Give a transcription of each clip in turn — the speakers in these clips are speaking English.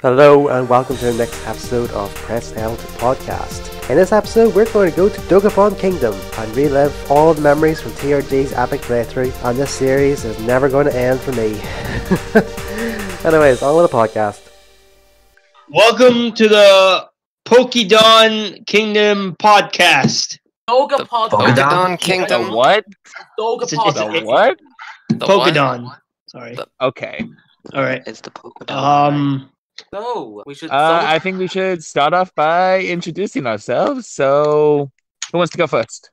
Hello and welcome to the next episode of Press L to Podcast. In this episode, we're going to go to Dogapon Kingdom and relive all the memories from TRG's epic playthrough. And this series is never going to end for me. Anyways, on with the podcast. Welcome to the Pokedon Kingdom podcast. Dogapod. Pokedon The Kingdom. what? It's- The it- Dogapod. what? The Pokedon. Sorry. The- Okay. All right. It's the Pokedon. Um. So we should. Uh, so- I think we should start off by introducing ourselves. So, who wants to go first?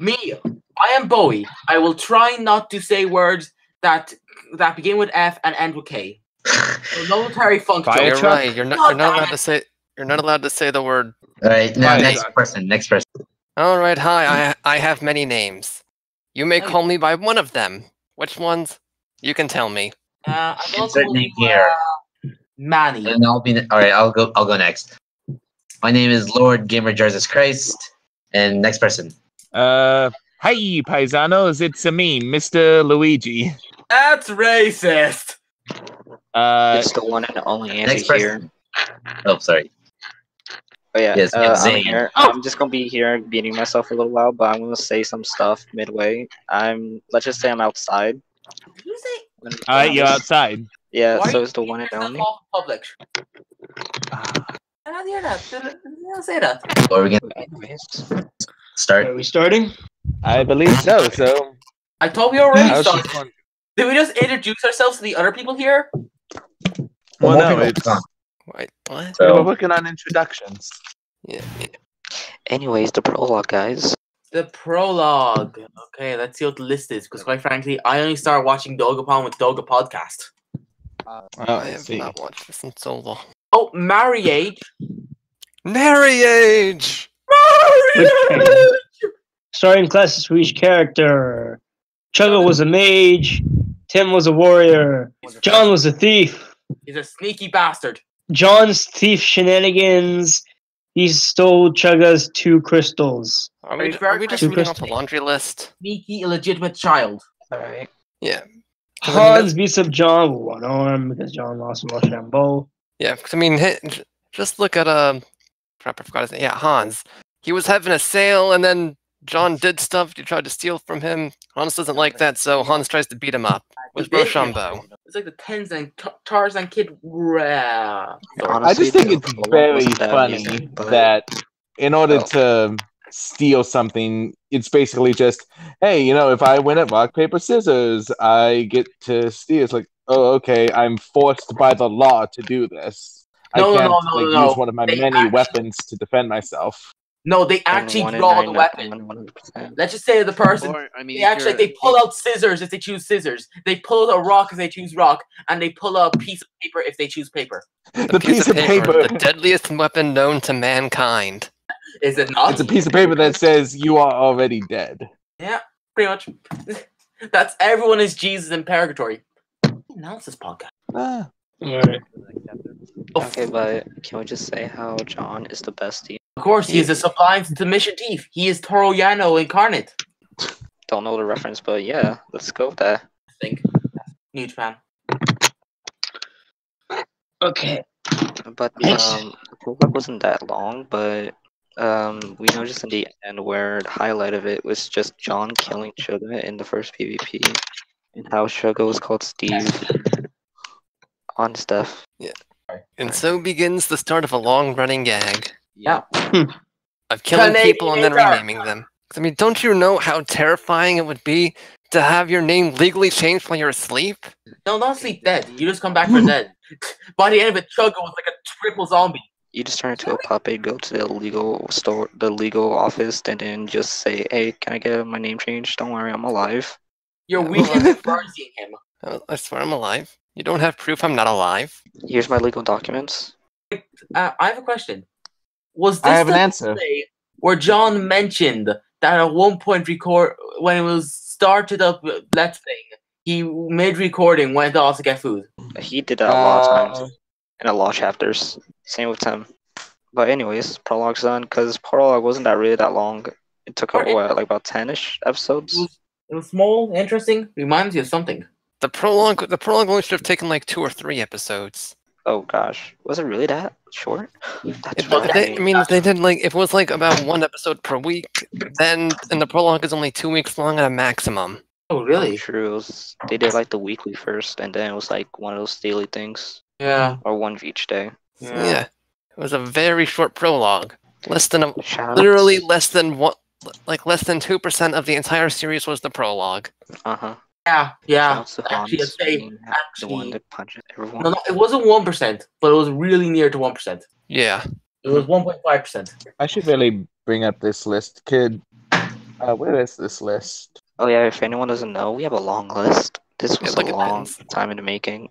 me. I am Bowie. I will try not to say words that that begin with F and end with K. So no Terry Funk Fire joke. You're Chuck. right. You're not. God You're not damn allowed it. to say. You're not allowed to say the word. All right, now Fine. next person, next person. All right. Hi. I. I have many names. Oh, You may call me by one of them. Which ones? You can tell me. Uh, I'm also Insert name here. uh, Manny. And I'll be all right. I'll go. I'll go next. My name is Lord Gamer Jesus Christ, and next person. Uh, hi, paisanos. It's me, Mr. Luigi. That's racist. Uh, It's the one and only Next answer here. Oh, sorry. But yeah, Yes, uh, I'm Zane. here. Oh. I'm just gonna be here beating myself for a little while, but I'm gonna say some stuff midway. I'm let's just say I'm outside. Did you say? all right, you're outside. Yeah, why are Uh, so you it's the one and making yourself only. Ah. off public. I don't hear that. Did I- did I say that? Or we can Anyways, start. Are we starting? I believe so. So, I thought we already I was started. just wondering- Did we just introduce ourselves to the other people here? well, More no, people it's, come, Wait. What? we so- were working on introductions. Yeah. anyways, the prologue, guys. The prologue. Okay, let's see what the list is, because quite frankly, I only started watching Dogapon with Doga Podcast. Oh, I have not watched this in so long. Oh, marriage. Marriage. Marriage! Starting classes for each character. Chugga was a mage. Tim was a warrior. John was a thief. He's a sneaky bastard. John's thief shenanigans. He stole Chugga's two crystals. Are Are you we? very Are we just Too reading off the crispy. laundry list? Sneaky, illegitimate child. Alright. Yeah. 'Cause I mean, Hans beats up John with one arm because John lost to Rochambeau. Yeah, 'cause I mean, hi- j- just look at um, crap, I forgot his name. Yeah, Hans. He was having a sale, and then John did stuff. You tried to steal from him. Hans doesn't like that, so Hans tries to beat him up with He did. Rochambeau. It's like the Tens and T- Tarzan kid. Rah. I just think the it's prologue very was bad funny music, but- that in order Oh. to steal something, it's basically just, hey, you know, if I win at rock, paper, scissors, I get to steal. It's like, oh, okay, I'm forced by the law to do this. No, I no, can't no, no, like, no, no. use one of my They many actually- weapons to defend myself. No, they and actually one in draw nine, the not weapon. one in 1%. Let's just say the person. Or, I mean, They if actually you're- they pull out scissors if they choose scissors. They pull out a rock if they choose rock, and they pull out a piece of paper if they choose paper. The, piece of paper, the deadliest weapon known to mankind. Is it not? it's a piece of paper that says you are already dead. Pretty much. That's everyone is Jesus in purgatory. Who announced this podcast? Ah, Alright. Okay, but can we just say how John is the bestie? Of course, he is a sublime submission thief. He is Toro Yano incarnate. Don't know the reference, but yeah, let's go with that. I think. Huge man. Okay. But Yes. um, the prologue wasn't that long, but um, we noticed in the end where the highlight of it was just John killing Sugar in the first PvP, and how Sugar was called Steve on stuff. And so begins the start of a long-running gag Yeah. of killing Canadian people and then Ninja. renaming them. 'Cause I mean, don't you know how terrifying it would be to have your name legally changed while you're asleep? No, not sleep dead. You just come back from dead. By the end of it, Chugga was like a triple zombie. You just turn into a puppet, go to the legal store, the legal office, and then just say, "Hey, can I get my name changed? Don't worry, I'm alive." Your Yeah, weekend well- is mercying him. I Oh, I swear I'm alive. You don't have proof I'm not alive. Here's my legal documents. Uh, I have a question. Was this I have an the answer. day where John mentioned that at one point record when it was started up uh, Let's Playing, he mid recording went off to get food. He did that a lot of times. Uh, in a lot of chapters. Same with Tim. But anyways, prologue's done because prologue wasn't that really that long. It took up Or it- what, like about ten-ish episodes. Mm. It was small, interesting, reminds you of something. The prologue, the prologue only should have taken like two or three episodes. Oh gosh, was it really that short? That's If they, I right. mean, if they did like if it was like about one episode per week, then and the prologue is only two weeks long at a maximum. Oh, really? True. It was, they did like the weekly first, and then it was like one of those daily things, Yeah. or one of each day. Yeah. it was a very short prologue, less than a, Shout out- literally less than what, like less than two percent of the entire series was the prologue. Uh-huh. Yeah. Yeah. Shouts to Ah, Actually, Hans I'd say- being the one Actually, that punches everyone. no, no, it wasn't one percent, but it was really near to one percent. Yeah, It Hmm. was one point five percent. I should really bring up this list, kid. Uh, where is this list? Oh yeah, if anyone doesn't know, we have a long list. This was look a at long Ben's. time in the making.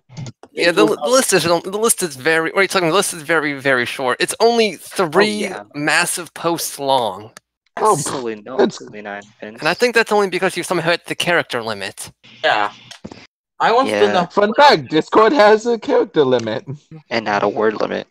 yeah. The, the list is the list is very. What are you talking? The list is very very short. It's only three yeah. massive posts long, Oh, pff, absolutely no, that's- absolutely not. Vince. and I think that's only because you somehow hit the character limit. Yeah. I want Yeah. to know. Fun fact: Discord has a character limit. Oh, and not a word limit.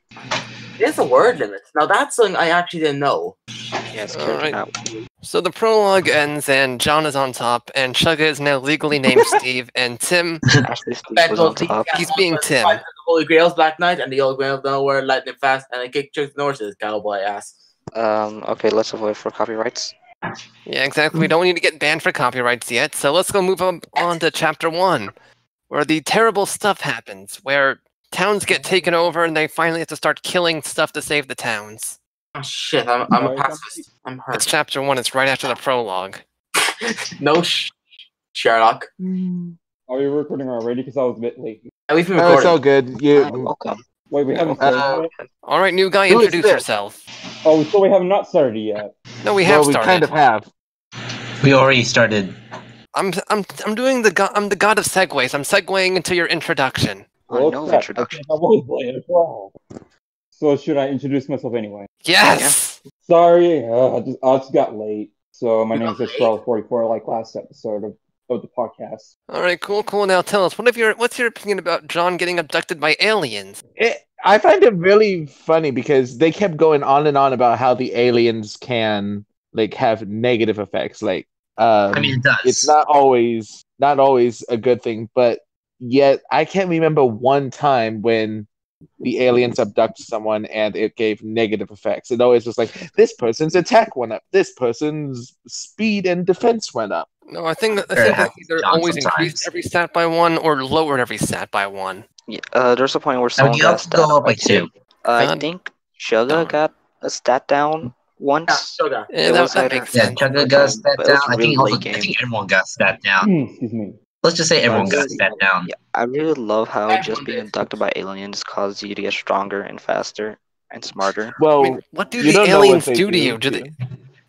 There's a word limit. Now that's something I actually didn't know. Yes, All character right. not- So the prologue ends, and John is on top, and Chugga is now legally named Steve, and Tim Actually, Steve was on Battle- top. yeah, He's being but Tim. fight The Holy Grail's Black Knight and the Old Grail of Nowhere, Lightning Fast, and I kick Chuck Norris's cowboy ass. Um, okay, let's avoid for copyrights. Yeah, exactly. We don't need to get banned for copyrights yet, so let's go move on, on to chapter one, where the terrible stuff happens, where towns get taken over and they finally have to start killing stuff to save the towns. Oh shit, I'm, I'm a Right. pacifist. I'm It's hurt. chapter one, it's right after the prologue. No sh- Sherlock. Mm-hmm. Are we recording already? Because I was a bit late. And we've been Oh, it's recording. all good. You're You, welcome. Wait, we haven't Uh, started yet? All right, new guy, Who is introduce this? yourself. Oh, so we have not started yet. No, we have well, we started. kind of have. We already started. I'm, I'm, I'm doing the go- I'm the god of segues. I'm segueing into your introduction. Oh, Well, no crap, I introduction. think I was late as well. So should I introduce myself anyway? Yes. Sorry, uh, I, just, I just got late. So my You name got is Estrella44, like last episode of, of the podcast. All right, cool, cool. Now tell us, what of your, what's your opinion about John getting abducted by aliens? It, I find it really funny because they kept going on and on about how the aliens can like have negative effects. Like, um, I mean, it does. it's not always not always a good thing, but yet I can't remember one time when the aliens abduct someone and it gave negative effects. It always was like this person's attack went up, this person's speed and defense went up. No, I think that, I Sure, it think that happens either to John always sometimes. increased every stat by one or lowered every stat by one. Yeah, uh, there's a point where Now, someone you got a have to stat go up. up by two. Uh, I God. think Shugga Darn. got a stat down Yeah, once. Sherlock. Yeah, It that, was Eh, that either- makes Yeah, sense. Chugga But got that it was down. I really think, also, late I game. think everyone got that down. Hmm, Excuse me. Let's just say everyone got that down. Yeah, I really love how Everyone just being did. abducted by aliens causes you to get stronger and faster and smarter. I Well, mean, what do you the don't know what aliens they do to do you? Do to they?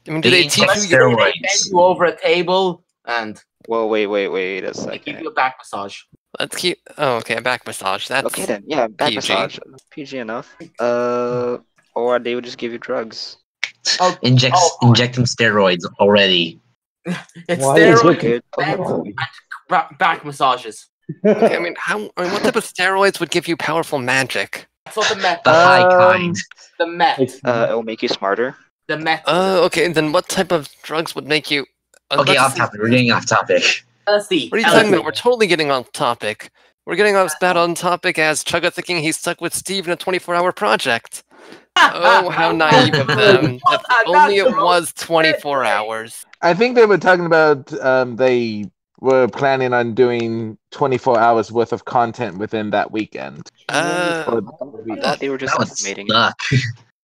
I mean, do they They teach inject you? steroids. Your, They bend you over a table and Well, wait, wait, wait a they give second. you a back massage. let's keep. Oh, okay, a back massage. That's Okay then, yeah, back PG. massage. PG enough. Uh, or they would just give you drugs. Oh, Inject, Oh, my. inject them steroids already. it's Why is steroid Look, Good. back, ba- back massages. okay, I mean, how? I mean, what type of steroids would give you powerful magic? That's what the met. The Uh, Um, high kind. the met. Excuse me. Uh, it'll make you smarter. The met. Oh, okay. Then what type of drugs would make you? uh, Okay, let's off see. topic. We're getting off topic. LSD. What are you talking about? We're totally getting on topic. We're getting off about on topic as Chugga thinking he's stuck with Steve in a 24-hour project. Oh, how naive of them! If only it was 24 hours. I think they were talking about um, they were planning on doing 24 hours worth of content within that weekend. Uh, Or- I thought they were just That would estimating. suck.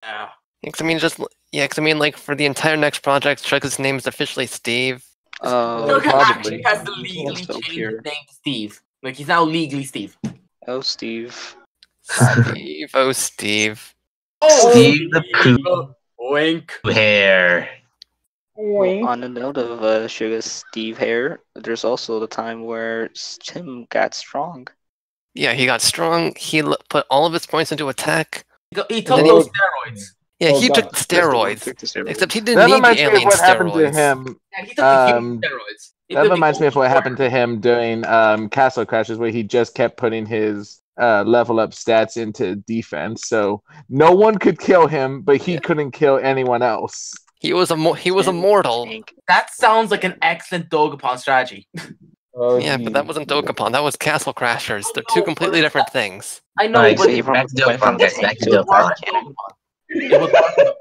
Yeah. Yeah, 'cause I mean, just l- yeah, 'cause I mean, like for the entire next project, Chuck's name is officially Steve. Oh, No, Joker probably. actually has to legally So change pure. his name to Steve. Like he's now legally Steve. oh, Steve. Steve, oh Steve. Steve the Pooh. Oh, Wink. Hair. Well, on the note of uh, Sugar Steve hair, there's also the time where S- Tim got strong. Yeah, he got strong. He l- put all of his points into attack. He took- He took then those he- steroids. Yeah, Oh, he God. took steroids. Except he didn't That need reminds the me of alien what happened to steroids. him. Yeah, he took the Um, human steroids. He That took the reminds me of what human happened to him during um, Castle Crashes, where he just kept putting his uh, level up stats into defense. So no one could kill him, but he couldn't kill anyone else. He was a he was Tim immortal. Tank. That sounds like an excellent Dogapon strategy. Oh, Yeah, but that wasn't Dokapon. That was Castle Crashers. They're two completely different things. I know, Alright, but so it you- back to Dokkan, guys, back to would work Dokkan. in- it would work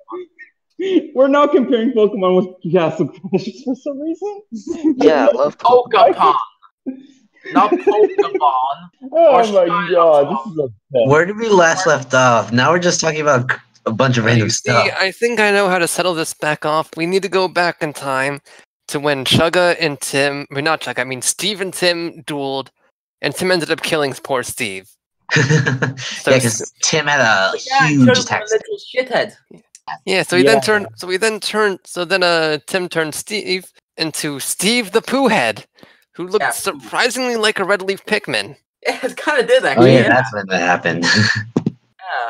in- We're now comparing Pokemon with Castle Crashers for some reason. Yeah, I love Pokemon, not Pokemon. Or Oh my Skylanders. god, this is a best. Where did we last left off? Now we're just talking about a bunch of random You see, stuff. I think I know how to settle this back off. We need to go back in time to when Chugga and Tim, or not Chugga, I mean Steve and Tim dueled, and Tim ended up killing poor Steve. yeah, So because Tim had a Yeah, it huge should've been a tax. little shithead. Yeah, so he Yeah. then turned. So he then turned. So then, uh, Tim turned Steve into Steve the Pooh Head, who looked Yeah. surprisingly like a red leaf Pikmin. Yeah, it kind of did Oh actually. yeah, yeah. that's when that happened. yeah.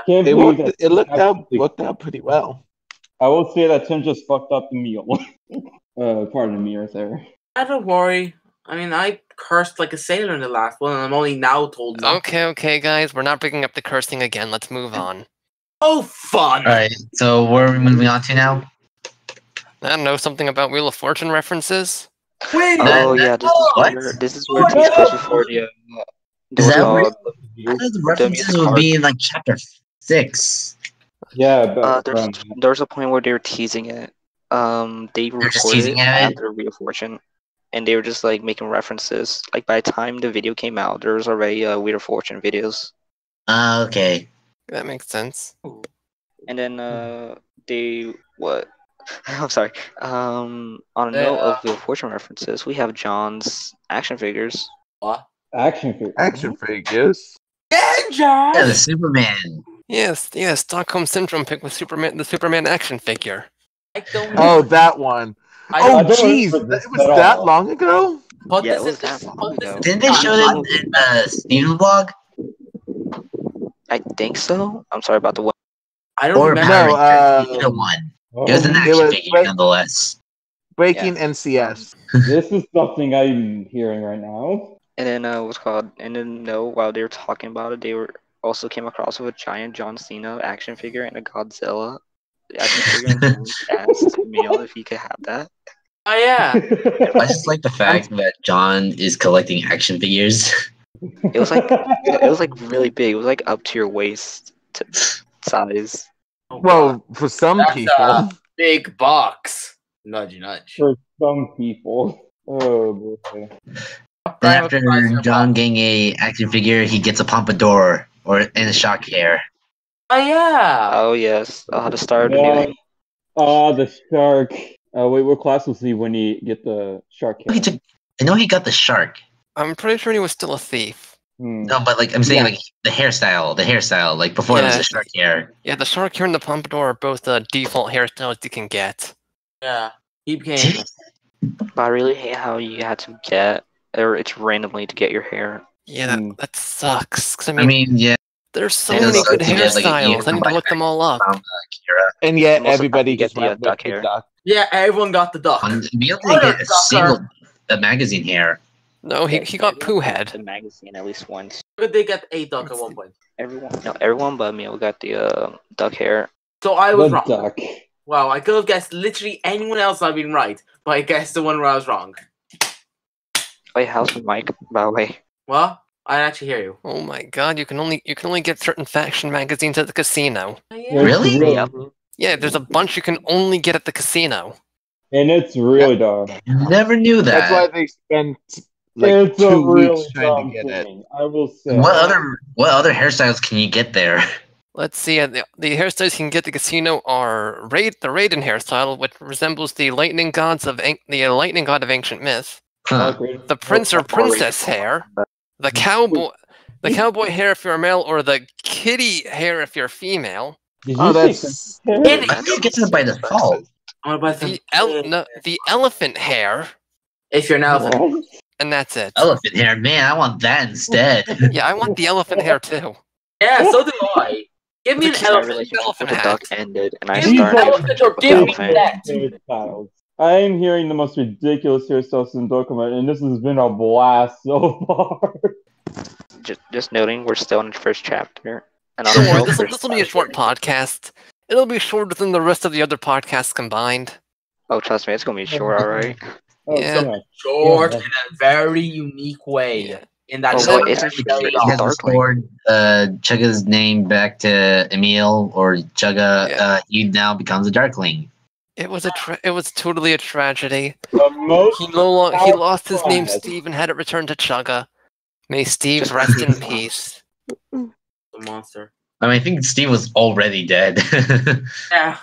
Can't It believe worked. that. It looked out. Absolutely. Worked out pretty well. I will say that Tim just fucked up the meal. uh, pardon me, right there. I don't worry. I mean, I cursed like a sailor in the last one, and I'm only now told not. Oh. Okay, okay, guys, we're not bringing up the cursing again. Let's move on. Oh, fun! All right, so where are we moving on to now? I don't know something about Wheel of Fortune references. Wait, Oh That- yeah, this is what? where this is where What? Team Squishifordia. Is that where- I uh, thought the references would be in like chapter six. Yeah, but uh, there's um, there's a point where they were teasing it. Um, they just recorded teasing it it? after Wheel of Fortune, and they were just like making references. Like by the time the video came out, there was already uh, Wheel of Fortune videos, Ah, okay. That makes sense. and then uh, they what? I'm sorry. Um, on a Yeah. note of Wheel of Fortune references, we have John's action figures. What? action figure. Action Mm-hmm. figures. Danger! Yeah, the Superman. Yes, yes, Stockholm Syndrome pick with Superman, the Superman action figure. I don't. Oh, that one. I Oh, I don't jeez, remember that- this it was at that all. long ago. But Yeah, this it was is that long but this ago. is Didn't they not show my- that in uh, Steven's blog? I think so. I'm sorry about the one. I don't Or remember. Power No, Rangers? um, Either one. Oh, It was an it action was figure, right- nonetheless. Breaking NCS. this is something I'm hearing right now. And then uh, what's called and then no, while they were talking about it, they were also came across with a giant John Cena action figure and a Godzilla action figure. And someone asked Mail if he could have that. Oh yeah. I just like the fact that John is collecting action figures. It was like it was like really big. It was like up to your waist t size. Oh, God. Well, for some That's, people, uh, big box. Nudge, nudge. for some people. Oh boy. Then after John getting a action figure, he gets a pompadour or and a shock hair. Oh yeah. Oh yes, I'll have to start a Yeah. new. Ah, the shark. Uh, wait, what class was he when he get the shark? I know Oh, he took- I know he got the shark. I'm pretty sure he was still a thief. Hmm. No, but like I'm saying, Yeah. like the hairstyle, the hairstyle. Like before, it was Yeah. the shark hair. Yeah, the shark here and the pompadour are both the default hairstyles you can get. Yeah. He became. Did- But I really hate how you had to get or it's randomly to get your hair. Yeah, that, Mm. that sucks. 'cause I I mean, mean, yeah, there's so it many does good suck to get, like, a hairstyles. I need to uniform look them all up. um, Akira. and yet Most of the everybody time you get just the, went uh, with duck the hair. duck. Yeah, everyone got the duck. On, we only Mother get a sucker. single a magazine hair. No, Oh, he, Yeah, he got poo everyone head. The magazine at least once. But they got a duck at one point. Everyone, no, everyone but me. We got the uh, duck hair. So I was The wrong. duck. Wow, I could have guessed literally anyone else I've been right, but I guessed the one where I was wrong. Wait, how's the mic? By the way, Well, I didn't actually hear you. Oh my god, you can only you can only get certain faction magazines at the casino. Oh, It's yeah. Really? real- Yep. Yeah, there's a bunch you can only get at the casino. And it's really dark. Never knew that. That's why they spent like it's a two really weeks trying dumb to get it. thing. I will say. What other what other hairstyles can you get there? Let's see, uh, the, the hairstyles you can get at the casino are raid the Raiden hairstyle, which resembles the lightning gods of an- the lightning god of ancient myth. Huh. The prince or princess hair, the cowboy the cowboy hair if you're a male, or the kitty hair if you're female. Did you Oh, say that's princess I think it gets it by default. I'm about to- The el- no, the elephant hair, If you're an hair? elephant. What? and that's it. Elephant hair, man. I want that instead. Yeah, I want the elephant hair too. Yeah, so do I. Give me an my elephant. relationship with the elephant duck hat. ended, and I Give me These an are- started. elephant or give me Okay. that. Hairstyles. I am hearing the most ridiculous hairstyles in Dokuma, and this has been a blast so far. Just, just noting, we're still in the first chapter. And Don't know worry, if this will there's- this will be a short podcast. It'll be shorter than the rest of the other podcasts combined. Oh, trust me, it's gonna be short. All right. Oh, Yeah. come on. Short Yeah. in a very unique way. Yeah. In that Oh, short, wait, isn't very Chugga dark- all has darkling? restored uh, Chugga's name back to Emil or Chugga. Yeah. Uh, he now becomes a Darkling. It was a tra- it was totally a tragedy. The most He no longer he Oh, lost his name God. Steve and had it returned to Chugga. May Steve rest in peace. the monster. I mean, I think Steve was already dead. Yeah,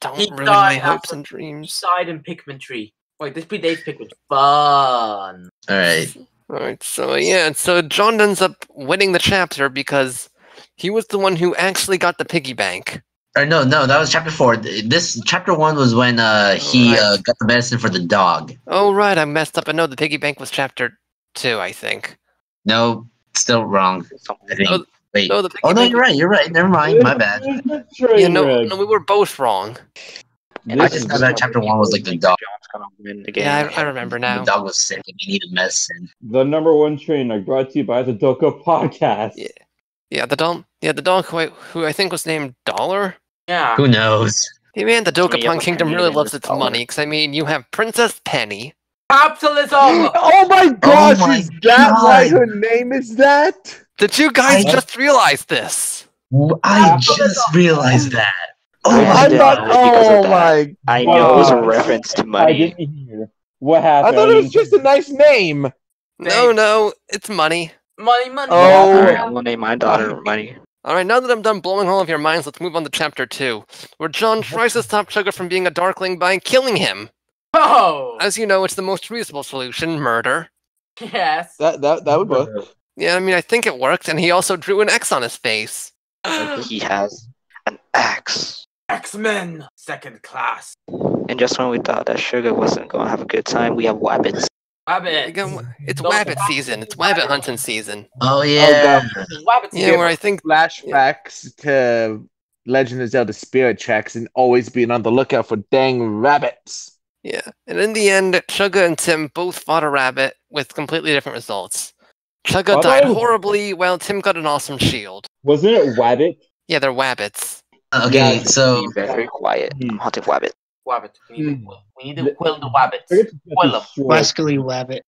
Don't He ruin my died hopes after- and dreams. side and Pigmentry. Wait, this be Dave's Pigment. Fun. All right. Alright, so yeah, so John ends up winning the chapter because he was the one who actually got the piggy bank. Or no, no, that was chapter four. Th- This chapter one was when uh, he uh, got the medicine for the dog. Oh right, I messed up. I know the piggy bank was chapter two, I think. No, still wrong. I think. Oh, Wait. No, the piggy Oh no, bank. you're right. You're right. Never mind. My bad. This is a train Yeah, no, wreck. no, we were both wrong. I just thought that chapter one was like the dog. John's gonna win the game. Yeah, I, I remember The now. dog was sick and he needed medicine. The number one train wreck brought to you by the Doka Podcast. Yeah. Yeah, the dog. Yeah, the dog who I, who I think was named Dollar. Yeah. Who knows? Hey man, the Dokapon yeah, but Kingdom Penny really is loves its dollar. money, because I mean, you have Princess Penny. Capitalism. Oh my gosh, my is that God. why her name is that? Did you guys I- just realize this? W- I just realized that. Oh I I my didn't thought, know god. because of oh that. my. I know it was a Wow. reference to I money. didn't hear what I happened. thought it was just a nice name. No, Thanks. no, it's money. Money, money. Oh. Alright, I'm gonna name my daughter money. All right, now that I'm done blowing all of your minds, let's move on to chapter two, where John tries to stop Sugar from being a Darkling by killing him. Oh. As you know, it's the most reasonable solution: murder. Yes. That that that would work. Yeah, I mean, I think it worked, and he also drew an X on his face. He has an axe. X Men second class. And just when we thought that Sugar wasn't gonna have a good time, we have wabbits. Wabbit. Again, w- It's Don't- Wabbit season. It's Wabbit hunting season. Oh yeah. Wabbit. Yeah, where I think um, Flashbacks to Legend of Zelda Spirit Tracks and always being on the lookout for dang rabbits. Yeah, and in the end, Chugga and Tim both fought a rabbit with completely different results. Chugga Are died they? horribly, while Tim got an awesome shield. Wasn't it Wabbit? Yeah, they're wabbits. Oh, Okay, Yeah. so Be very quiet. I'm hunting wabbit. Wabbit. We need Hmm. to quill- we need to The- quill the wabbits. Forget to Well, uh, destroy. Wascally Wabbit.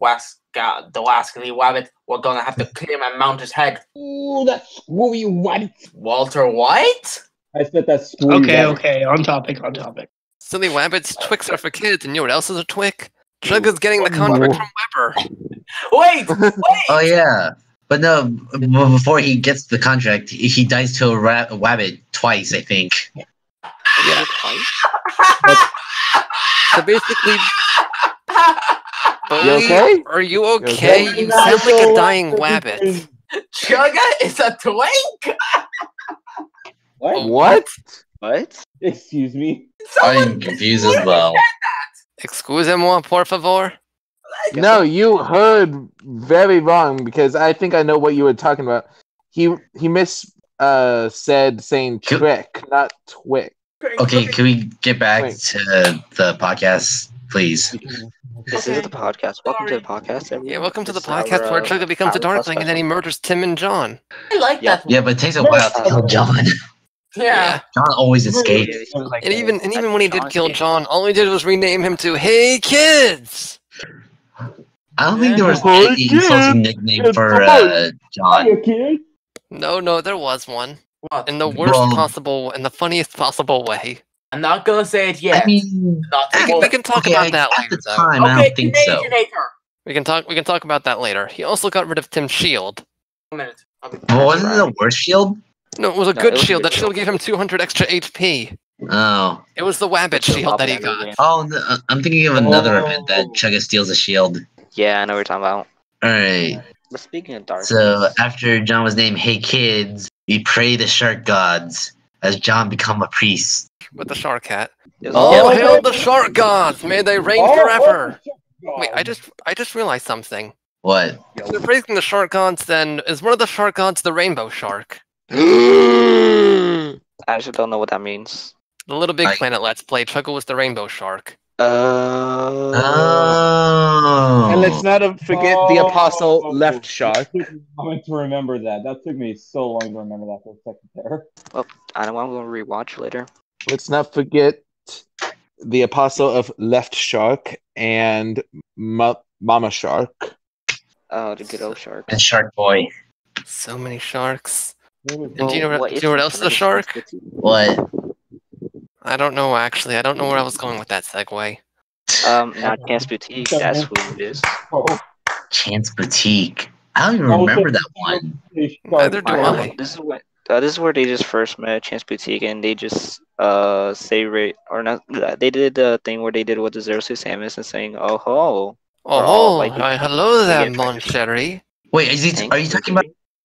Wask God, the wascally wabbit. We're gonna have to clear my mountain's head. Ooh, that screwy Wabbit. Walter White? I said that screwy Okay, Wabbit. okay, on topic, on topic. Silly wabbits, Twix are for kids, and you know what else is a Twix? Chugga's getting the contract from Weber. Wait! Wait! oh yeah. But no, b- b- before he gets the contract, he he dies to a, ra- a rabbit twice, I think. Yeah, so basically, boy, okay? are you okay? okay? You, sound like a dying wabbit. Chugga is a twink? What? What? What? Excuse me. I'm confused as well. Excusez-moi, por favor. No, you heard very wrong because I think I know what you were talking about. He he mis uh said saying Cool. trick, not twick. Okay, can we get back Wait. to the podcast, please? This is the podcast. Welcome to the podcast. Everyone. Yeah, welcome to the This is our, podcast where uh, Chugga becomes a our plus Darkling, and then he special. murders Tim and John. I like Yeah. that one. Yeah, but it takes a while Uh, to kill John. Yeah. John always escapes. And even and even when he did John kill did. John, all he did was rename him to Hey Kids. I don't think there was Yeah. any insulting nickname for uh, John. Hiya, kid. No, no, there was one What? in the worst Well- possible, in the funniest possible way. I'm not gonna say it yet. I mean, not I We can, we can talk okay, about I- that at later, the though. time, I okay, don't think so. Canadianator. We can talk we can talk about that later. He also got rid of Tim's shield. One minute. I'll be Well, wasn't it a worse shield? No, it was a No, it good was a shield. good That shield gave him 200 extra HP. Oh, It was the Wabbit It's a shield that he wabbit got. anyway. oh, no, I- I'm thinking of another Oh. event that Chugga steals a shield. Yeah, I know what you're talking about. All right. But speaking of dark, So uh, after John was named Hey Kids, we pray the shark gods as John become a priest. with the shark hat. it was- Oh, Oh, yeah, hail the shark gods! May they reign Oh, forever. oh, Wait, I just I just realized something. What? If they're praising the shark gods, then is one of the shark gods the rainbow shark? I actually don't know what that means. The Little Big I- Planet Let's Play, Chugga was the rainbow shark. Uh, Oh. And let's not uh, forget the oh, apostle left shark. I meant to remember that. That took me so long to remember that for a second there. I don't know. I'm gonna rewatch later. Let's not forget the apostle of Left Shark and Ma- Mama Shark. Oh, the good old shark. and Shark Boy. So many sharks. What And do you know where- Well, what do you is know what the else is a connection shark? with you? What? I don't know actually. I don't know where I was going with that segue. Um, not Cast Boutique. That's what it is. was- Chance Boutique. I don't even Oh, remember so- that one. Neither do Wow. I. This is what. Uh, this is where they just first met Chance Boutique, and they just uh say ra- or not. uh, They did the thing where they did what the Zero Suit Samus and saying, "Oh ho." Oh, like- why, hello there, Yeah, it's Mon like- Chéri. Wait, is it, Thank are you talking about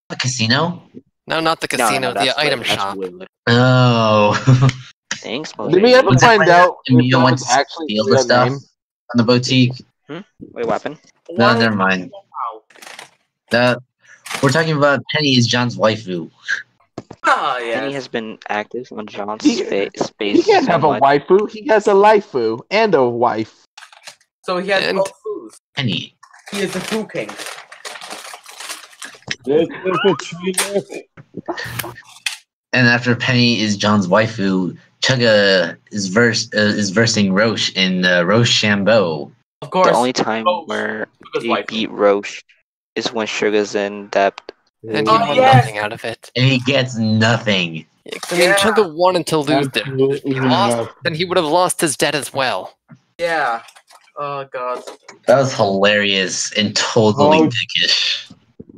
the casino? No, not the No, no, casino, no, that's the item later, that's shop. way later. Oh. Thanks, Did we Mosaic. ever Was that find when out if Emilio that went was to actually steal their the stuff name? on the boutique? Wait, what happened? No, never mind. That, we're talking about Penny is John's waifu. Ah, Penny yeah. has been active on John's He- spa- He space. can't so have a much. waifu. He has a laifu and a wife. So he has And- both foods. Penny. He is the food king. This is a trailer. And after Penny is John's waifu, Chugga is verse uh, is versing Roche in uh, Rochambeau. Of course. The only time Roche. where Sugar's he wife. beat Roche is when Sugar's in depth. And Oh, you won yes! nothing out of it. And he gets nothing. Yeah, 'cause I mean, Yeah. Chugga wanted to lose there. If Absolutely he lost, not. then he would have lost his debt as well. Yeah. Oh god. That was hilarious and totally Oh. dickish.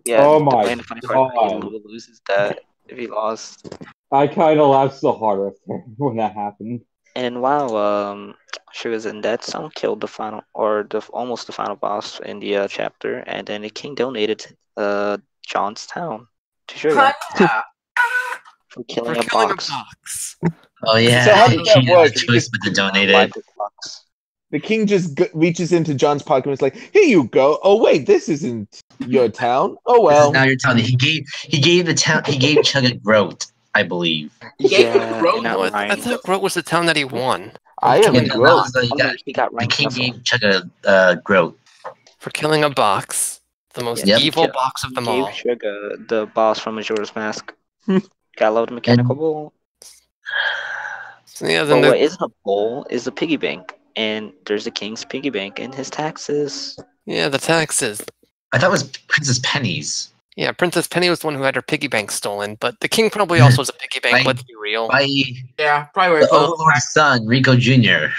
Yeah. Oh the my plan- the funny part is God. he lo- loses that if he lost. I kind of laughed so hard at that when that happened. And wow, um, Sugar's in that song killed the final or the almost the final boss in the uh, chapter, and then the king donated uh John's town to Sugar Yeah. for For killing a killing box. a box. Oh yeah. So how did that He had no work? choice but to donate Life it. is box. The king just g- reaches into John's pocket and is like, "Here you go. Oh wait, this isn't your town. Oh This is well." now your town. He gave he gave the town he gave Chugga Groat, I believe. He gave him Yeah, Roche. and that No, I, I rhymed. thought Groat was the town that he won I Yeah, am no, that gross. was the, Oh, no, he got the ranked king muscle. gave Chugga uh, Groat. for killing a box, the most Yep. evil Yeah. box of them Gave all. Sugar the boss from Majora's Mask. Hmm. got a load of mechanical bull. So yeah, But then what the, isn't a bowl is a piggy bank, and there's a king's piggy bank and his taxes. yeah, the taxes. I thought it was Princess Penny's. Yeah, Princess Penny was the one who had her piggy bank stolen, but the king probably also was a piggy bank. Right. Let's be real. By Yeah. Probably the where oh, Overlord's son, Rico Jr.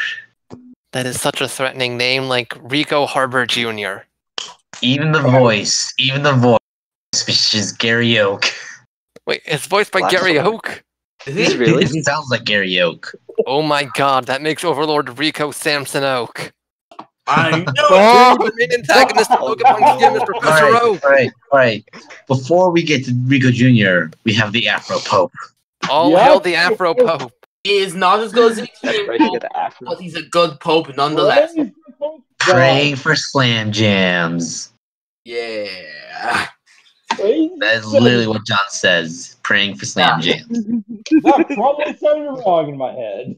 That is such a threatening name, like Rico Harbor Jr. Even the Right. voice, even the voice, which is Gary Oak. Wait, it's voiced by Lots of Gary them. Oak. He's really? He sounds like Gary Oak. Oh my god, that makes Overlord Rico Samson Oak. I know. Oh, The main antagonist of Pokemon Game is Professor Alright, Oak. alright, alright. Before we get to Rico Jr., we have the Afro Pope. All Yeah. hail the Afro Pope. he is not as good as he That's came, right, you got the afro. but he's a good pope nonetheless. Praise the Pope Pray for slam jams. Yeah. God. Praise That is the- literally what John says. Praying for slam jams. That probably sounded wrong in my head.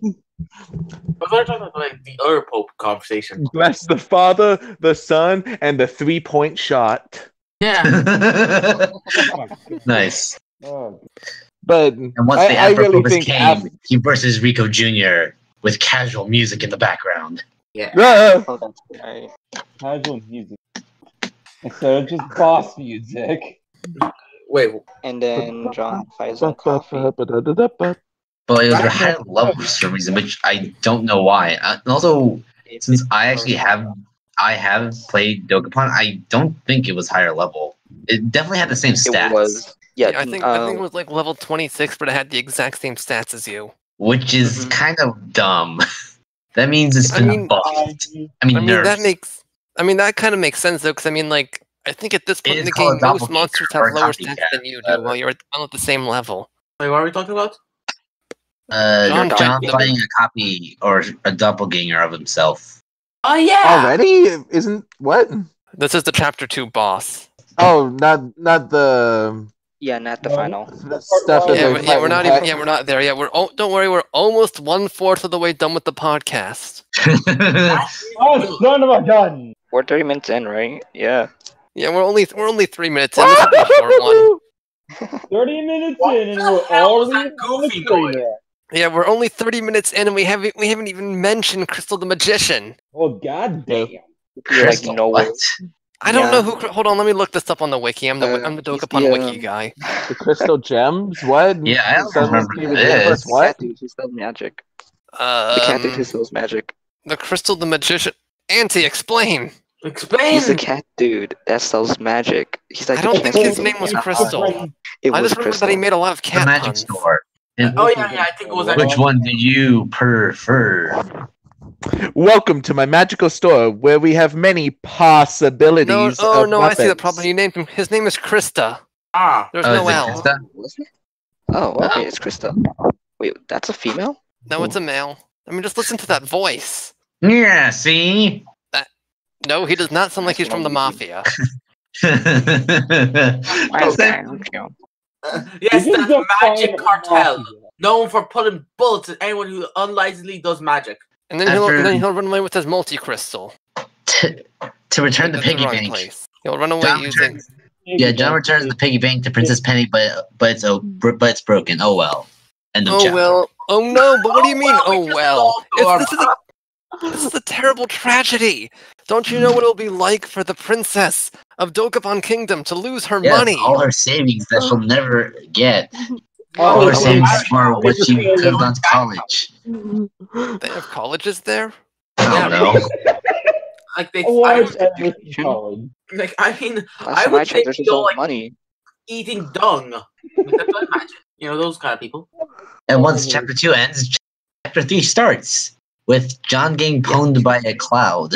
But we're talking about like, the other pope conversation. bless the Father, the Son, and the three-point shot. Yeah. nice. Oh, But And once I, the I Afro really Popus think came, Af- he versus Rico Jr. with casual music in the background. Ah! Oh, that's right. casual music instead of just boss music. Wait. And then John finds out coffee. But it was a high level for some reason, which I don't know why. Uh, and also, since I actually have I have played Dokapon, I don't think it was higher level. It definitely had the same stats, It was. Yeah, Yeah, I think I um, think it was like level 26, but it had the exact same stats as you. which is Mhm. kind of dumb. that means it's I been mean- buffed. I- I mean, I mean, that nerfed. makes. I mean, that kind of makes sense though, because I mean, like, I think at this point It in is the called game, a most doppelganger monsters have or a lower stats copycat, than you do, rather. while you're at all at the same level. Wait, what are we talking about? Uh, John John, Doe. fighting a copy or a doppelganger of himself. Oh yeah. Already? Isn't what? This is the chapter two boss. Oh, not not the Yeah, not the No. final. the stuff that Yeah, Yeah, they we're, yeah, fight we're in not Hi- even. Yeah, we're not there. Yeah, we're. Oh, don't worry, we're almost one fourth of the way done with the podcast. Oh, son of a gun! We're 30 minutes in, right? Yeah. Yeah, we're only we're only three minutes in. This is the short one. 30 minutes What in and the we're hell was already that goofy in the trailer. Yeah, we're only 30 minutes in, and we haven't we haven't even mentioned Crystal the Magician. Oh goddamn! Crystal, no what? I don't Yeah. know who. Hold on, let me look this up on the wiki. I'm the wi- Uh, I'm the he's Dokapon the, wiki um, guy. The crystal gems? What? Yeah, I don't Suddenly remember Steven this. Universe, What? Cat dude who sells magic. The cat dude who Um, sells magic. the Crystal the Magician. Auntie, explain. Explain. He's a cat dude that sells magic. He's like I the don't think cat his dude. name was Uh, Crystal. It I was just remember Crystal. that he made a lot of the cat magic puns. store. And Oh yeah, yeah. I think it was like which one do you prefer? Welcome to my magical store where we have many possibilities. No, oh of no, I see the weapons. problem. You named him. His name is Krista. ah. There's Oh, no is it L. Krista? Was it? Oh, okay, it's Crystal. Wait, that's a female? No, it's a male. I mean, just listen to that voice. Yeah, see? No, he does not sound like he's from the mafia. Is that- yes, This is that's the magic final cartel, mafia. known for putting bullets at anyone who unlicensedly does magic. And then he'll After- then he'll run away with his multi crystal. to, to return the piggy bank. He'll run away John using. returns, yeah, John returns the piggy bank to Princess Penny, but but it's oh, but it's broken. Oh well. End of Oh chapter. well. Oh no. But what do you mean? we Oh just well. solved our It's, this, is a, this is a terrible tragedy. Don't you know what it'll be like for the princess of Dokapon Kingdom to lose her Yes, money? all her savings that she'll never get. Oh, All her no, savings I- for what she I- could have gone to college. They have colleges there. I don't know. Like they, I, What was- an college. like I mean, Last time I would checked, think there's his you're own like- money. eating dung. Like, that's not magic. You know those kind of people. And once chapter two ends, chapter three starts with John getting pwned by a cloud.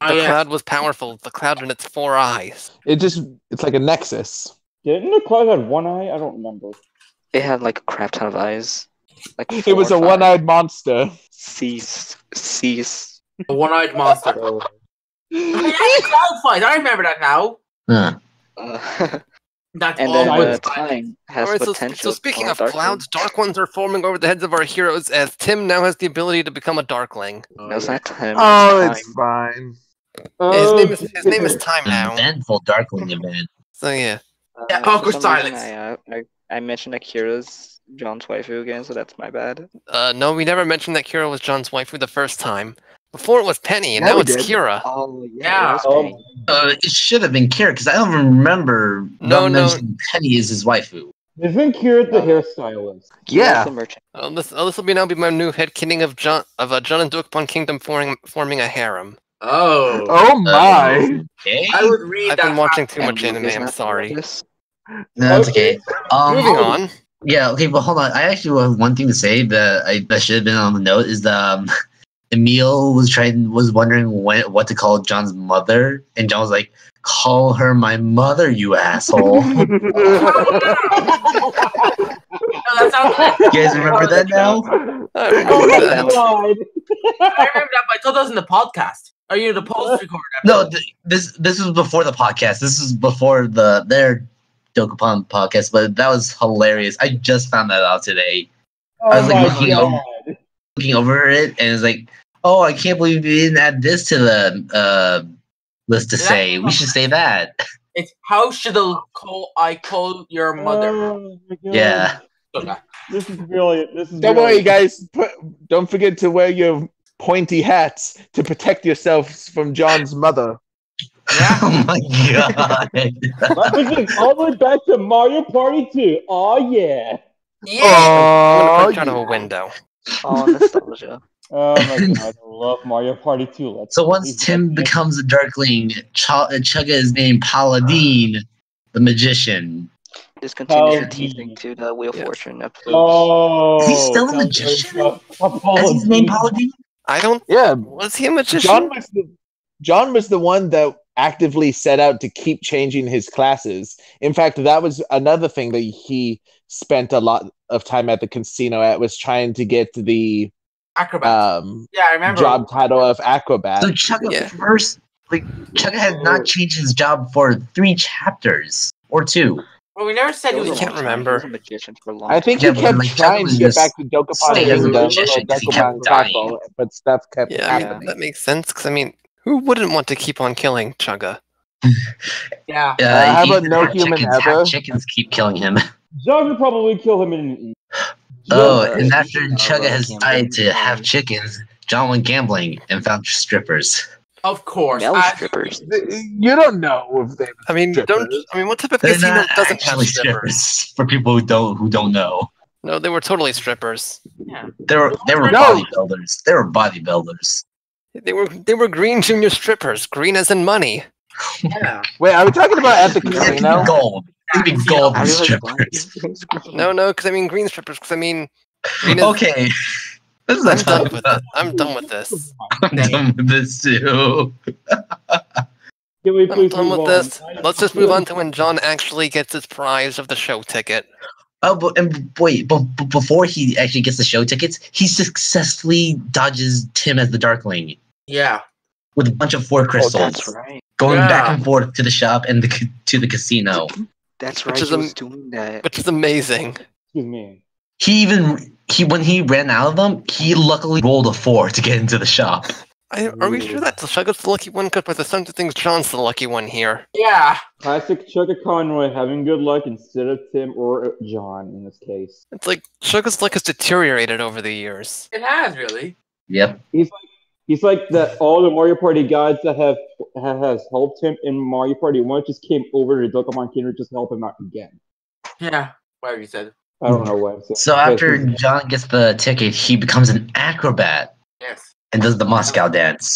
Oh The yeah. cloud was powerful. The cloud in its four eyes. It just it's like a nexus. Didn't the cloud have one eye? I don't remember. It had like a crap ton of eyes. Like It was a one eye. one-eyed monster. Cease. Cease. The one-eyed monster. So, Oh, yeah, the cloud fight. I remember that now. Huh. Uh, That's and all. then Oh, uh, it's- time has All right, so, so potential. speaking for of dark clouds, ones. dark ones are forming over the heads of our heroes as Tim now has the ability to become a darkling. No, it's not time. Oh, it's it's fine. His oh, name is his name is Time An now. eventful Darkling event. So yeah. time. Yeah, for awkward some reason silence. I, uh, I, I mentioned Akira's John's waifu again, so that's my bad. Uh, no, we never mentioned that Kira was John's waifu the first time. Before it was Penny, and Yeah, now we it's did. Kira. Oh Yeah. it was Oh. Penny. Uh, it should have been Kira because I don't remember No, not no. mentioning Penny is his waifu. Isn't Kira the hairstylist? Kira's Yeah. the merchant. Oh, this oh, this will be now be my new head kidding of John of uh, John and Dokapon Kingdom forming forming a harem. Oh. Oh my! Okay, I would read I've that. been watching too And much Luke anime. is I'm not sorry. Lucas. no, that's okay. Um, Moving on. Yeah, okay, but hold on. I actually have one thing to say that I that should have been on the note is that um, Emil was trying was wondering when, what to call John's mother, and John was like, "Call her my mother, you asshole." you No, that sounds. guys remember that now? I Oh remember my that. god! I remember that, but I told us in the podcast. Are you the post record? No, th- this this was before the podcast. This was before the their Dokapon podcast, but that was hilarious. I just found that out today. Oh I was like, my looking over- god! looking over it and it's like, oh, I can't believe we didn't add this to the uh, list to Yeah. say. We should say that. It's how should I call I call your mother? Oh my god. Yeah. This is brilliant. This is Don't worry, brilliant. guys. Put, don't forget to wear your pointy hats to protect yourselves from John's mother. oh my god. That brings us all the way back to Mario Party 2. Oh yeah! Yeah. I'm gonna Oh, punch out of a window. Oh, nostalgia. Oh my god! I love Mario Party 2. Let's so once Tim becomes a Darkling, Ch- Chugga is named Paladin, the magician. This continues Oh, How the teasing to the Wheel of Yeah. Fortune episode. Oh, Is he still a sounds magician? very tough. Is his oh. name Paladin? I don't. yeah. Was he a magician? John was the John was the one that actively set out to keep changing his classes. In fact, that was another thing that he spent a lot of time at the casino at was trying to get the Acrobat. um, yeah, I remember. job title of acrobat. So Chugga Uh, Yeah. first, like Chugga had Oh. not changed his job for three chapters or two. Well, we never said It he was was. a I can't long time. He remember. was a magician for a long I think Yeah, he but, kept like, trying Chugga to was get just back to Dokapon staying as a Kingdom, magician 'cause he Dokapon kept Castle, dying. but stuff kept Yeah, I mean, happening. that makes sense. Because I mean, who wouldn't want to keep on killing Chugga? Yeah. Uh, Uh, how he about said no half human chickens, half ever? chickens keep killing him. John would probably kill him in an E. Oh, Yeah, and uh, after uh, Chugga has gambling. died to have chickens, John went gambling and found strippers. Of course. Male I- strippers. You don't know if they. I mean, don't. Strippers. I mean, what type of They're casino not doesn't have actually strippers? strippers. For people who don't who don't know, No, they were totally strippers. they were they were No. bodybuilders. They were bodybuilders. They were they were green junior strippers. Green as in money. yeah. Wait, are we talking about at the It'd be casino? gold. It'd be gold I realize strippers. Oh, No, no, because I mean green strippers. Because I mean, green is, Okay, this is I'm a done tough with one. it. I'm done with this. I'm done with this too. Can we I'm please done move with on? this. Let's just move on to when John actually gets his prize of the show ticket. Oh, but and wait, but, but before he actually gets the show tickets, he successfully dodges Tim as the Darkling Yeah. with a bunch of four crystals. Oh, that's right. going Yeah. back and forth to the shop and the, ca- to the casino. That's Which right. is He am- was doing that. which is amazing. Excuse me. He even he when he ran out of them, he luckily rolled a four to get into the shop. I, are we sure that Shuggo's the lucky one? Because by the sound of things, John's the lucky one here. Yeah. Classic Chugga Conroy having good luck instead of Tim or John in this case. It's like Shuggo's luck has deteriorated over the years. It has really. Yep. He's like that all the Mario Party gods that have ha- has helped him in Mario Party One just came over to Dokkan Kinder just to help him out again. Yeah. Whatever you said. I don't know what I'm saying. So Yes, after he's- John gets the ticket, he becomes an acrobat Yes. and does the Moscow dance.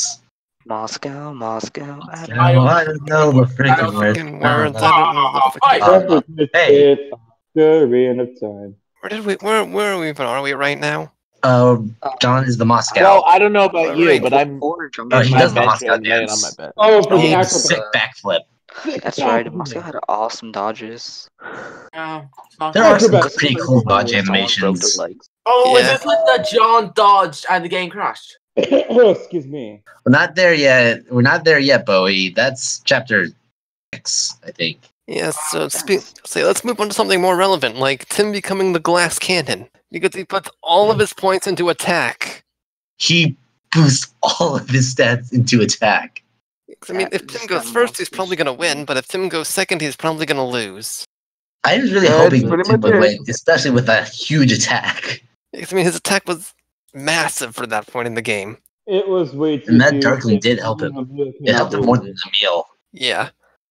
Moscow, Moscow. I don't- I don't know the I don't freaking words. Fucking I don't words, know. I don't know what the Ah, fuck- ah, Uh, hey. Period of time. Where did we? Where where are we even? Are we right now? Uh, John is the Well, Moscow. I don't know about you, Right. but I'm. Or jump Oh, I'm he my does the bed, Moscow I'm laying on my dance. bed. Oh, He for the did a acrobat. sick backflip. That's right. Moscow had awesome dodges. yeah. Oh, it's not- There are some Acrobat. pretty cool dodge Someone broke their animations. legs. Oh, is Yeah. this like the John dodged and the game crashed? Oh, Excuse me. We're not there yet. We're not there yet, Bowie. That's chapter six, I think. Yes. So spe- so let's move on to something more relevant, like Tim becoming the glass cannon because he puts all of his points into attack. he boosts all of his stats into attack. 'Cause, I mean, if Tim goes first, he's probably gonna win, but if Tim goes second, he's probably gonna lose. I was really Yeah, hoping it's pretty Tim much would it. win, especially with that huge attack. 'Cause, I mean, his attack was massive for that point in the game. It was way too. And that soon. Darkling did help him. It helped him more than the meal. Yeah.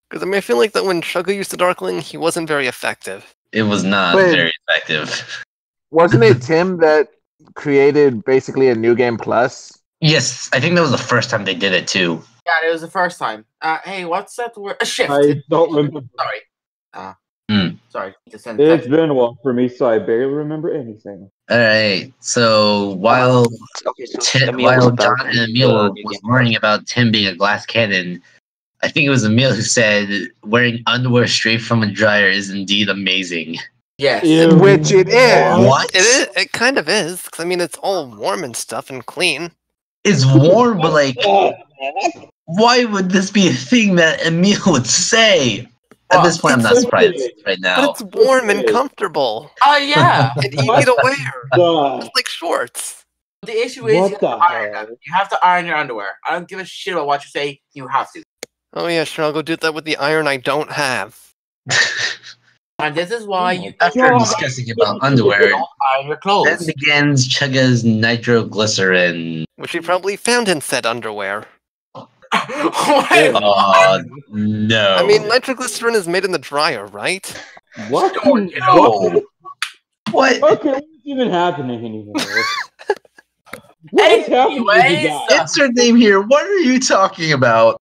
Because I mean, I feel like that when Shuggo used the Darkling, he wasn't very effective. It was not Wait. very effective. Wasn't it Tim that created basically a new game plus? Yes, I think that was the first time they did it too. Yeah, it was the first time. Uh, hey, what's that word? A shift. I don't remember. Sorry. Uh, Hmm. Sorry. Just sent It's text. been a while for me, so I barely remember anything. All right. So while Okay, so Tim, Emil was while about John to, and uh, Emil new was game. learning about Tim being a glass cannon, I think it was Emil who said wearing underwear straight from a dryer is indeed amazing. Yes. Ew. Which it is. What? It is. It kind of is. 'cause I mean, it's all warm and stuff and clean. It's warm, but like why would this be a thing that Emil would say? At this point, I'm not surprised right But now. it's warm and Okay. comfortable Oh yeah. and easy to wear. Duh. It's like shorts. the issue is you What have, to the iron them. hell? you have to iron your underwear. I don't give a shit about what you say. You have to. Oh yeah, sure. I'll go do that with the iron I don't have. And this is why Oh you After discussing about underwear, don't iron your then clothes. begins Chugga's nitroglycerin. Which he Hmm. probably found in said underwear. Wait, Oh no! Oh. I mean, nitroglycerin is made in the dryer, right? What? don't know. what? Okay, what's even happening anymore? what is happening Anyways, to uh, you guys? It's her name here. What are you talking about?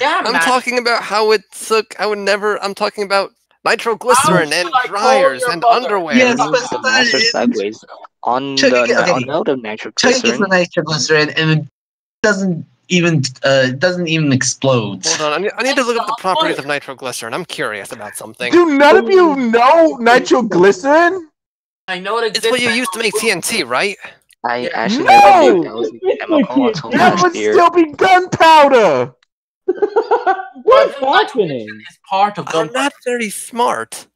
yeah, I'm man. talking about how it took. I would never. I'm talking about nitroglycerin How Oh, and should I call dryers your and mother? underwear. Yes, Emil but was the master that is- segues on Chugga the get- okay. on the note of Chugga gets the nitroglycerin. nitroglycerin and it doesn't even uh, it doesn't even explode. Hold on, I need, I need to look up the Stop it. properties of nitroglycerin. I'm curious about something. Do none of you know nitroglycerin? I know it it's exists. what you used to make TNT, right? I Yeah. actually No! never knew that was a chemical until That would last year. still be gunpowder. But What's happening? nitrogen is part of Um, I'm them. not very smart.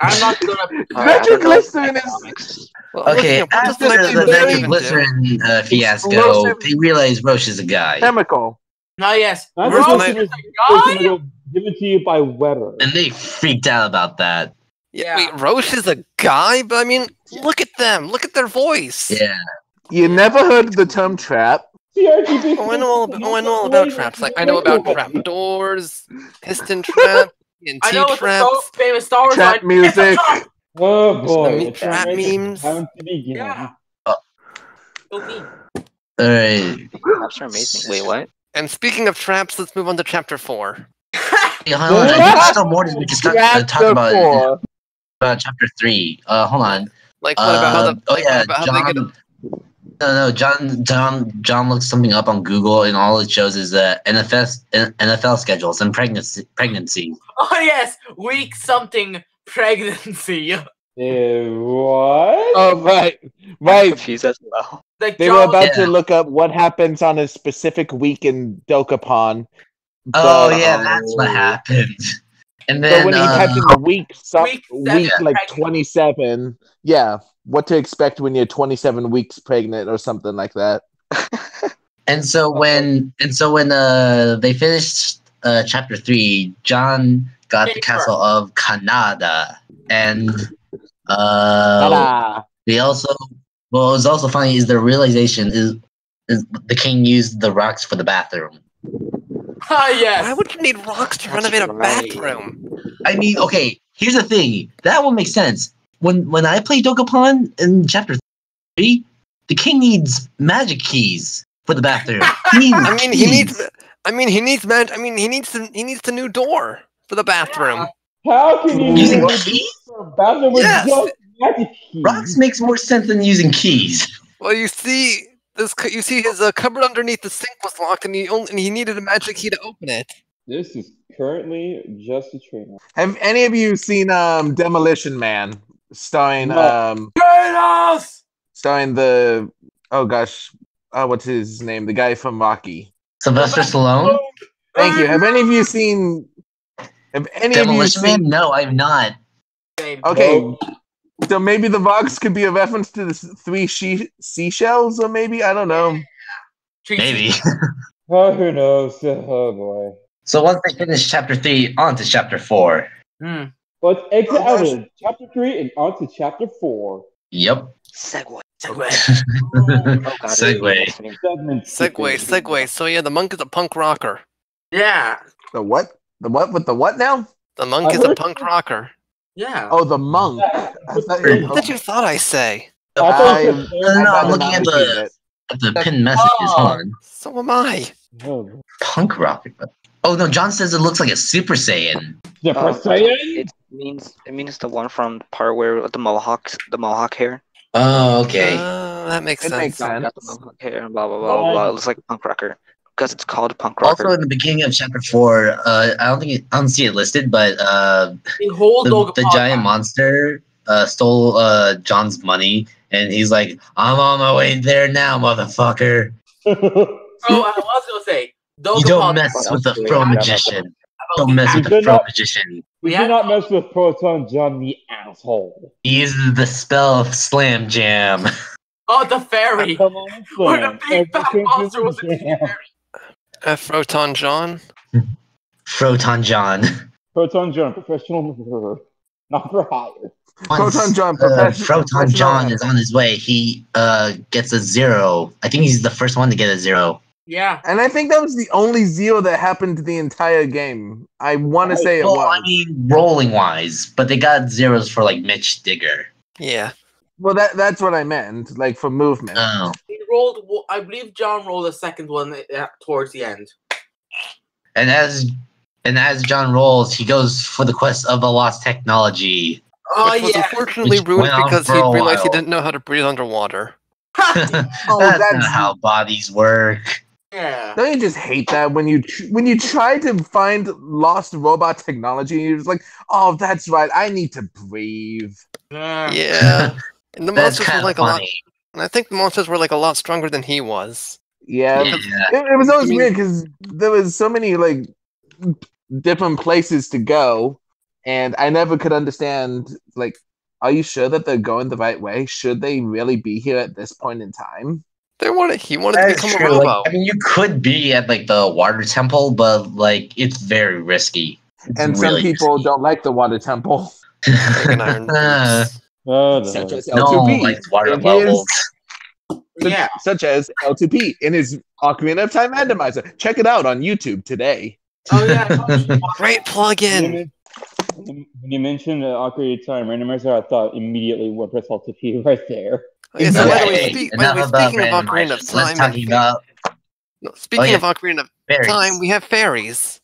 I'm not gonna. Alright, I don't know Nitroglycerin is- economics. Well, I'm Okay, looking up- what after does the, the nitroglycerin even do? nitroglycerin uh, fiasco, Explosive- they realize Roche is a guy, Chemical. No, yes. That's Where's what the it Roche was is a guy? given to you by Weber. and they freaked out about that. Yeah. Wait, Roche is a guy, but I mean, look at them. Look at their voice. Yeah. You never heard the term trap. CRTV. Oh, I know all about, oh, I know all about traps. Like I know about trap doors, piston trap, I know TNT it's a so traps, famous Star Wars Trap line. It's a music. trap! Oh me- boy. the trap time is memes. Time to begin. Yeah. Go me. All right. Traps are amazing. Wait, what? And speaking of traps, let's move on to chapter four. Hey, hold on. I think still more to- we just got uh, talk about, Therefore, about chapter three. Uh, hold on. Like what about how Um, the oh like, yeah, what about how they John. get a, No, no, John. John. John looked something up on Google, and all it shows is uh, NFS, N- NFL schedules and pregnancy. Pregnancy. Oh yes, week something pregnancy. Eh, what? oh right, I'm right. confused as well. Like They were John, about Yeah. to look up what happens on a specific week in Dokapon. Oh but, yeah, um, that's what happened. And But then when he uh, typed in the week, some, Week week, seven, like pregnant. twenty-seven, yeah, what to expect when you're twenty-seven weeks pregnant or something like that. And so when and so when uh they finished uh chapter three, John got the Paper. castle of Kanada, and uh Ta-da! they also well what was also funny is the realization is, is the king used the rocks for the bathroom. ah yes. why would you need rocks to That's renovate a right. bathroom? I mean, okay, here's the thing that will make sense when when I play Dokapon in chapter three, the king needs magic keys for the bathroom. He needs I mean, he keys. needs. I mean, he needs man. I mean, he needs. The, he needs the new door for the bathroom. How can you using use keys. a bathroom with Yes. just magic keys? Rocks makes more sense than using keys. Well, you see this. cu- You see his uh, cupboard underneath the sink was locked, and he only, and he needed a magic key to open it. This is currently just a train. Have any of you seen um, Demolition Man, starring No. um, Kratos! starring the oh gosh, uh, what's his name? The guy from Rocky. Sylvester Stallone? Thank you. Have any of you seen? Have any Demolition of you seen? Man? No, I've not. Same. Okay, Oh, so maybe the Vox could be a reference to the s- three she- seashells, or maybe I don't know. Treat Maybe. oh, who knows? Oh boy. So once they finish chapter three, on to chapter four. you. Hmm. Let's exit out Unless- of chapter three and on to chapter four. Yep. Segway. Segue. Oh god. it is Segway. listening. Segment Segway, segway. So yeah, the monk is a punk rocker. yeah. The what? The what? With the what now? The monk I is a heard- punk rocker. Yeah. Oh, the monk. I thought you- What did you thought I say? I I- thought No, it no, no, was- I'm I've looking not at seen the it. at the pinned messages. Oh. Hold on. So am I. Oh, Punk rock. Oh no, John says it looks like a Super Saiyan. Super Um, Saiyan? It means it means the one from the part where the mohawks, the mohawk hair. Oh, okay. Uh, that makes It sense. makes Got the sense. mohawk hair and blah blah blah blah. blah. It looks like punk rocker because it's called punk rocker. Also, in the beginning of chapter four, uh, I don't think it, I don't see it listed, but uh, The whole the, dog the giant monster uh, stole uh, John's money, and he's like, "I'm on my way there now, motherfucker." Oh, I was gonna say. Dog You don't mess What with the else do we pro have? magician. Don't mess with You the did pro not- magician. we Yeah. do not mess with Proton John the asshole. He uses the spell of slam jam. Oh, the fairy. Come on, Where the Slam. big fat Everything is monster was a jam. fairy. Uh, Froton John. Proton John. Proton John, professional murderer. Not for hire. Once, Proton John, Uh, profession- Proton professional John athlete. is on his way. He uh, gets a zero. I think he's the first one to get a zero. Yeah. And I think that was the only zero that happened the entire game. I want to say it Oh, Well, I was. mean, rolling wise, but they got zeros for like Mitch Digger. Yeah. Well, that that's what I meant, like for movement. Oh. He rolled. wo- I believe John rolled a second one uh, towards the end. And as and as John rolls, he goes for the quest of a lost technology. Oh which was yeah. unfortunately Which ruined went on because for he a realized he while. didn't know how to breathe underwater. that's, oh, not that's how bodies work. yeah. Don't you just hate that when you tr- when you try to find lost robot technology, you're just like, oh, that's right, I need to breathe. Hmm. Yeah. Yeah. And the monsters That's were kind of like a lot. funny. And I think the monsters were like a lot stronger than he was. Yeah, Yeah. it, it was always I mean- weird because there was so many like different places to go, and I never could understand like, are you sure that they're going the right way? Should they really be here at this point in time? They wanted. He wanted That to is become true. a robo. Like, I mean, you could be at like the water temple, but like it's very risky. It's And really some people risky. don't like the water temple. Dragon Iron Boots. Oh, no. such as no, L2P, like water and bubbles. such, Yeah. such as L2P in his Ocarina of Time randomizer. Check it out on YouTube today. Oh yeah. Great plug-in. When you mentioned the Ocarina of Time randomizer, I thought immediately what press alt P right there. Okay, so by the way, Hey, speak, by the enough way, about speaking of Ocarina of randomizers. Time, Let's talking about oh, no, speaking yeah. of Ocarina of berries. Time, we have fairies.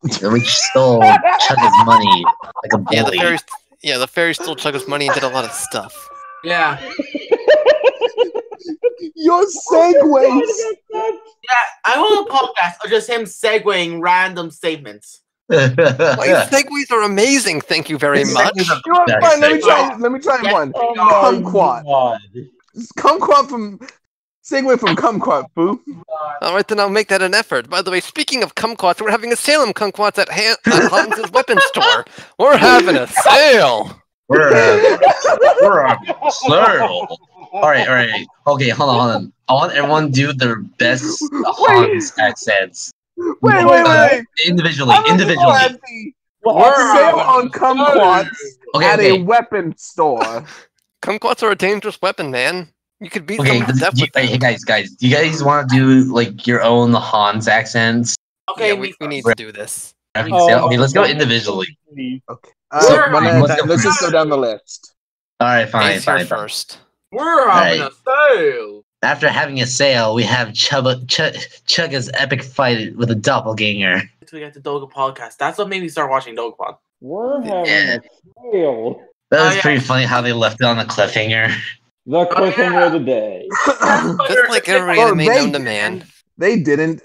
which stole Chugga's money like a Yeah, the bully. fairies. Yeah, the fairies stole Chugga's money and did a lot of stuff. yeah. Your segues. I want a podcast of just him segueing random statements. My segues are amazing. Thank you very His much. segues are You know what? better Fine, let me segues. try. Let me try Yes, one. they are. Kumquat. Kumquat from. Segue from Kumquat, boo. All right, then I'll make that an effort. By the way, speaking of kumquats, we're having a Salem kumquats at, Han- at Hans's weapon store. We're having a sale. We're a, we're a plural. All right, all right. Okay, hold on, hold on. I want everyone to do their best Hans accents. Wait, wait, wait. Uh, Individually, I'm looking individually. at the We're- Sale on Kumquats Okay, at a okay. weapon store. Kumquats are a dangerous weapon, man. You could beat Okay, someone to this, death you, with hey, hey, them. guys, guys, do you guys want to do like your own Hans accents? Okay, yeah, we, we need to do this. Having a Oh. sale? Okay, let's go individually. Uh, So, one at a let's time. go Let's just first. go down the list. All right, fine, Ace, you're fine, fine. first. we're having a sale. After having a sale, we have Chubba, Ch- Chugga's epic fight with a doppelganger. Until we get the Doga podcast. That's what made me start watching Doga Pod. We're having a sale. That Oh, was yeah. pretty funny how they left it on a cliffhanger. The Oh, yeah. cliffhanger of the day. Just like everybody Well, that made they known to did. man. They didn't.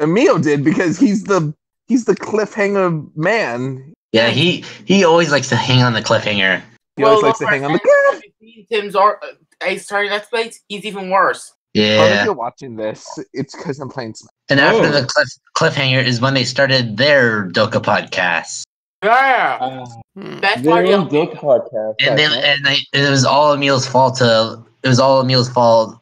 Emil did because he's the he's the cliffhanger man. Yeah, he he always likes to hang on the cliffhanger. Oh, He always likes to hang on the cliff. Tim's or, uh, Ace Attorney Let's Plays, he's even worse. Probably if Yeah. you're watching this, it's because I'm playing Smash. And after Oh. the cliff, cliffhanger is when they started their Doka podcast. Yeah. Uh, Hmm. Best their part own of dick podcast. And they, I think. and they, and it was all Emil's fault to it was all Emil's fault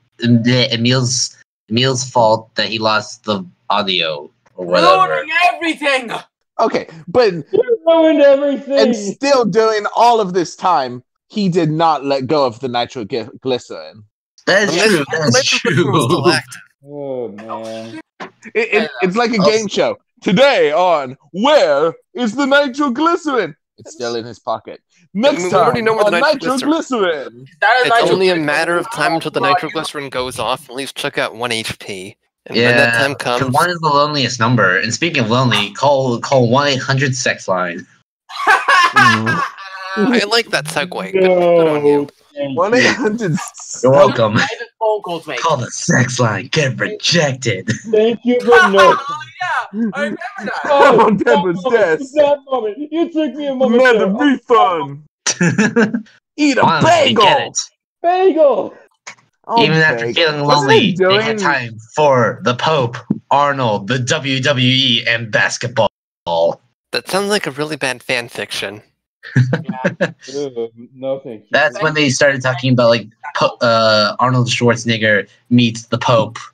Emil's Emil's fault that he lost the audio or whatever. ruining everything. Okay, but You ruined everything. and still during all of this time, he did not let go of the nitroglycerin. That is Unless- true. That is unless the person was still true. active. oh man. It, it, Yeah. it's like a Oh. game show. Today on Where is the Nitroglycerin? It's still in his pocket. Next I mean, we time already know where on the nitroglycerin. That is It's nitro- only a matter of time until the Oh, nitroglycerin goes off and leaves Chuck at 1 HP. And when Yeah, that time Because comes, one is the loneliest number. And speaking of lonely, call call one eight hundred sex line. I like that segue. Good, good on No. you. thank One you. eight hundred. You're welcome. Private phone calls, mate. Call the sex line. Get rejected. Thank you, but no. Oh, yeah, I remember that. Oh, that was moment, this. That moment. You took me a moment. Let a to- refund. Eat a Honestly, get bagel. it. Bagel. Oh, Even after bagel. feeling Wasn't he lonely, they had doing- time for the Pope, Arnold, the WWE, and basketball. That sounds like a really bad fan fiction. Ew, no, thank you. That's when they started talking about like po- uh, Arnold Schwarzenegger meets the Pope.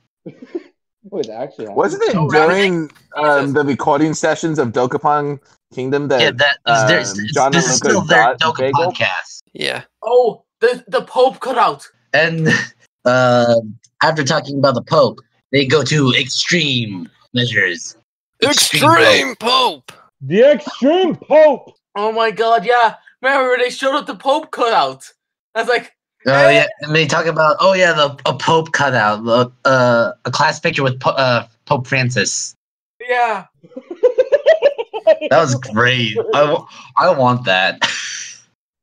Wait, actually, Wasn't it Oh, during Jesus. um, the recording sessions of Dokapon Kingdom that yeah, that is there's, Uh, um, John this and is Luca still their got Doka bagel? podcast. Yeah. Oh, the the Pope cut out. And uh, after talking about the Pope, they go to extreme measures. Extreme Pope! the extreme Pope. Oh my God, yeah. Remember when they showed up the Pope cut out? I was like, Oh yeah, and they talk about oh yeah, the a Pope cutout, the, uh, a class picture with po- uh, Pope Francis. yeah. That was great. I, wa- I want that.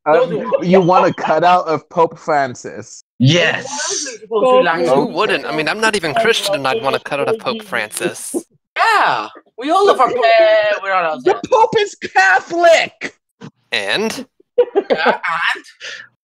Um, you want a cutout of Pope Francis? yes. Supposed to be Who like- wouldn't? I mean, I'm not even Christian and I'd want to cut out a Pope Francis. Yeah, we all love our. Eh, We're not outside. The Pope is Catholic. And? Yeah, and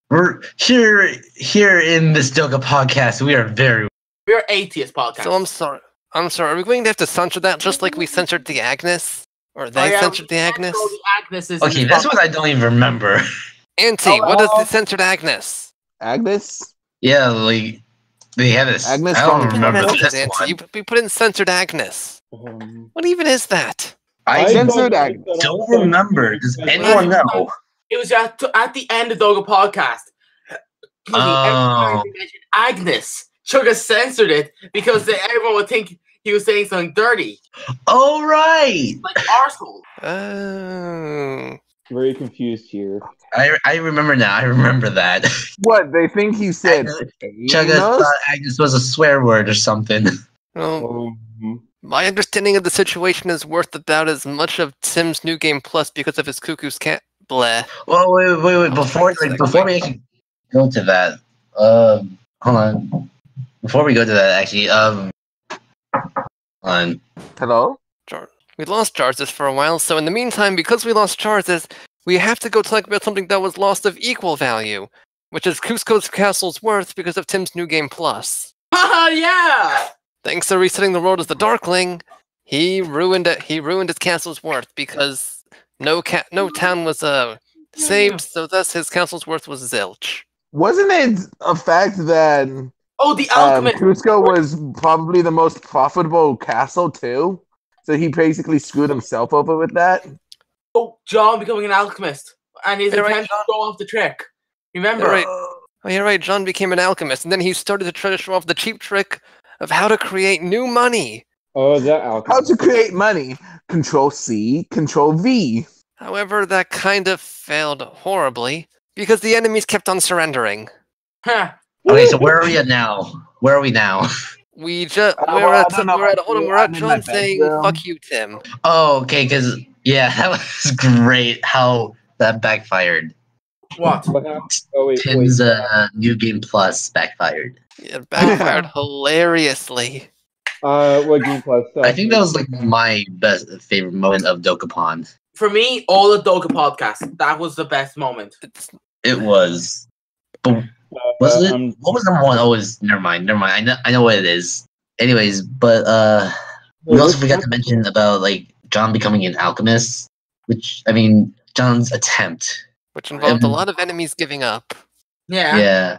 We're here here in this Doga podcast. We are very we're atheist podcast. So I'm sorry. I'm sorry. Are we going to have to censor that just like we censored the Agnes? Or they Oh, yeah, censored the we Agnes? all the Agneses in okay. this This one podcast. I don't even remember. Auntie, what is the censored Agnes? Agnes. Yeah, like they had this. Agnes I don't Fong- remember Censored this Auntie. one. You, you put in censored Agnes. Um, What even is that? I don't Censored like Agnes. that don't I'm- remember. Does Censored anyone Agnes. know? It was at, at the end of the Doga podcast. Excuse me, every Oh. time you mentioned Agnes. Sugar censored it because then everyone would think he was saying something dirty, Oh right. like arsehole. Oh. Very confused here. I I remember now. I remember that. What they think he said? Agnes- Chugga anus? thought Agnes was a swear word or something. Well, Oh. Um, my understanding of the situation is worth about as much of Tim's new game plus because of his cuckoo's cat. Bleh. Well, wait, wait, wait. Oh, Before, thanks, like, like, before we wait. actually go to that, um, hold on. Before we go to that, actually, um, hold on. Hello. Jar- we lost Jarzis for a while, so in the meantime, because we lost Jarzis, we have to go talk about something that was lost of equal value, which is Cusco's castle's worth because of Tim's new game plus. Haha, yeah! Thanks to resetting the world as the Darkling, he ruined it. He ruined his castle's worth because no cat, no town was uh saved, so thus his castle's worth was zilch. Wasn't it a fact that Oh, the um, alchemist. Cusco was probably the most profitable castle too? So he basically screwed himself over with that. oh, John becoming an alchemist and his You're right, attempt to throw off the trick. Remember? You're right. Oh, you're right. John became an alchemist, and then he started to try to show off the cheap trick of how to create new money. oh, that How alchemist. to create money? Control C, Control V. However, that kind of failed horribly because the enemies kept on surrendering. Huh. Okay, so where are we at now? Where are we now? We just Uh, we're well, I at don't know we're at about hold on you, we're at I'm in John my saying bedroom. fuck you Tim. Oh, okay, because yeah, that was great. How that backfired. What? What happened? Oh, wait, wait. Tim's uh, new game plus backfired. It backfired hilariously. Uh, what game plus? I think that was like my best favorite moment of Dokapon. For me, all the Doga podcast, that was the best moment. It's, It was. But was Uh, it? Um, what was number one? Always. Never mind. Never mind. I know. I know what it is. Anyways, but uh. We also forgot to mention about like John becoming an alchemist, which I mean John's attempt. which involved a Um, lot of enemies giving up. Yeah. Yeah.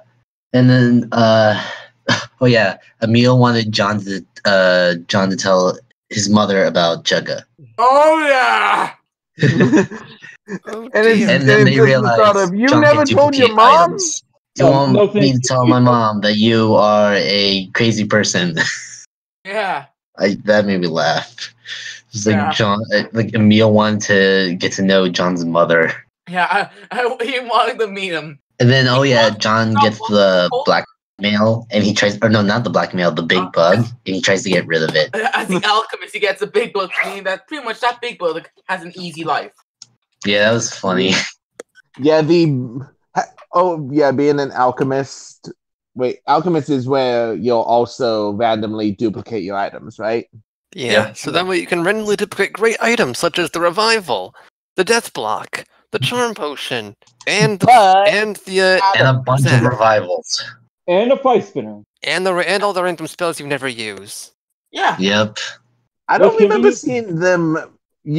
And then uh oh yeah, Emil wanted John to uh John to tell his mother about Jugga. Oh, yeah! Oh And it's- dear. And then And they just the realized thought of, "You never can told your duplicate mom?" items. You Um, want no, thank me to you. tell my mom that you are a crazy person. Yeah. I, that made me laugh. It's like Yeah. John, uh, like Emil wanted to get to know John's mother. Yeah, I, I, he wanted to meet him. And then, oh Because yeah, John the gets the whole- blackmail, and he tries, or no, not the blackmail, the Uh, big bug, and he tries to get rid of it. As the alchemist, he gets a big book, meaning that pretty much that big book has an easy life. Yeah, that was funny. Yeah, the ha- oh yeah, being an alchemist. Wait, alchemist is where you'll also randomly duplicate your items, right? yeah. yeah. So that way you can randomly duplicate great items such as the revival, the death block, the charm potion, and the But and the uh, And a bunch of Zach. revivals. And a five spinner. and the ra- and all the random spells you never use. Yeah. Yep. I don't What can we remember use? seeing them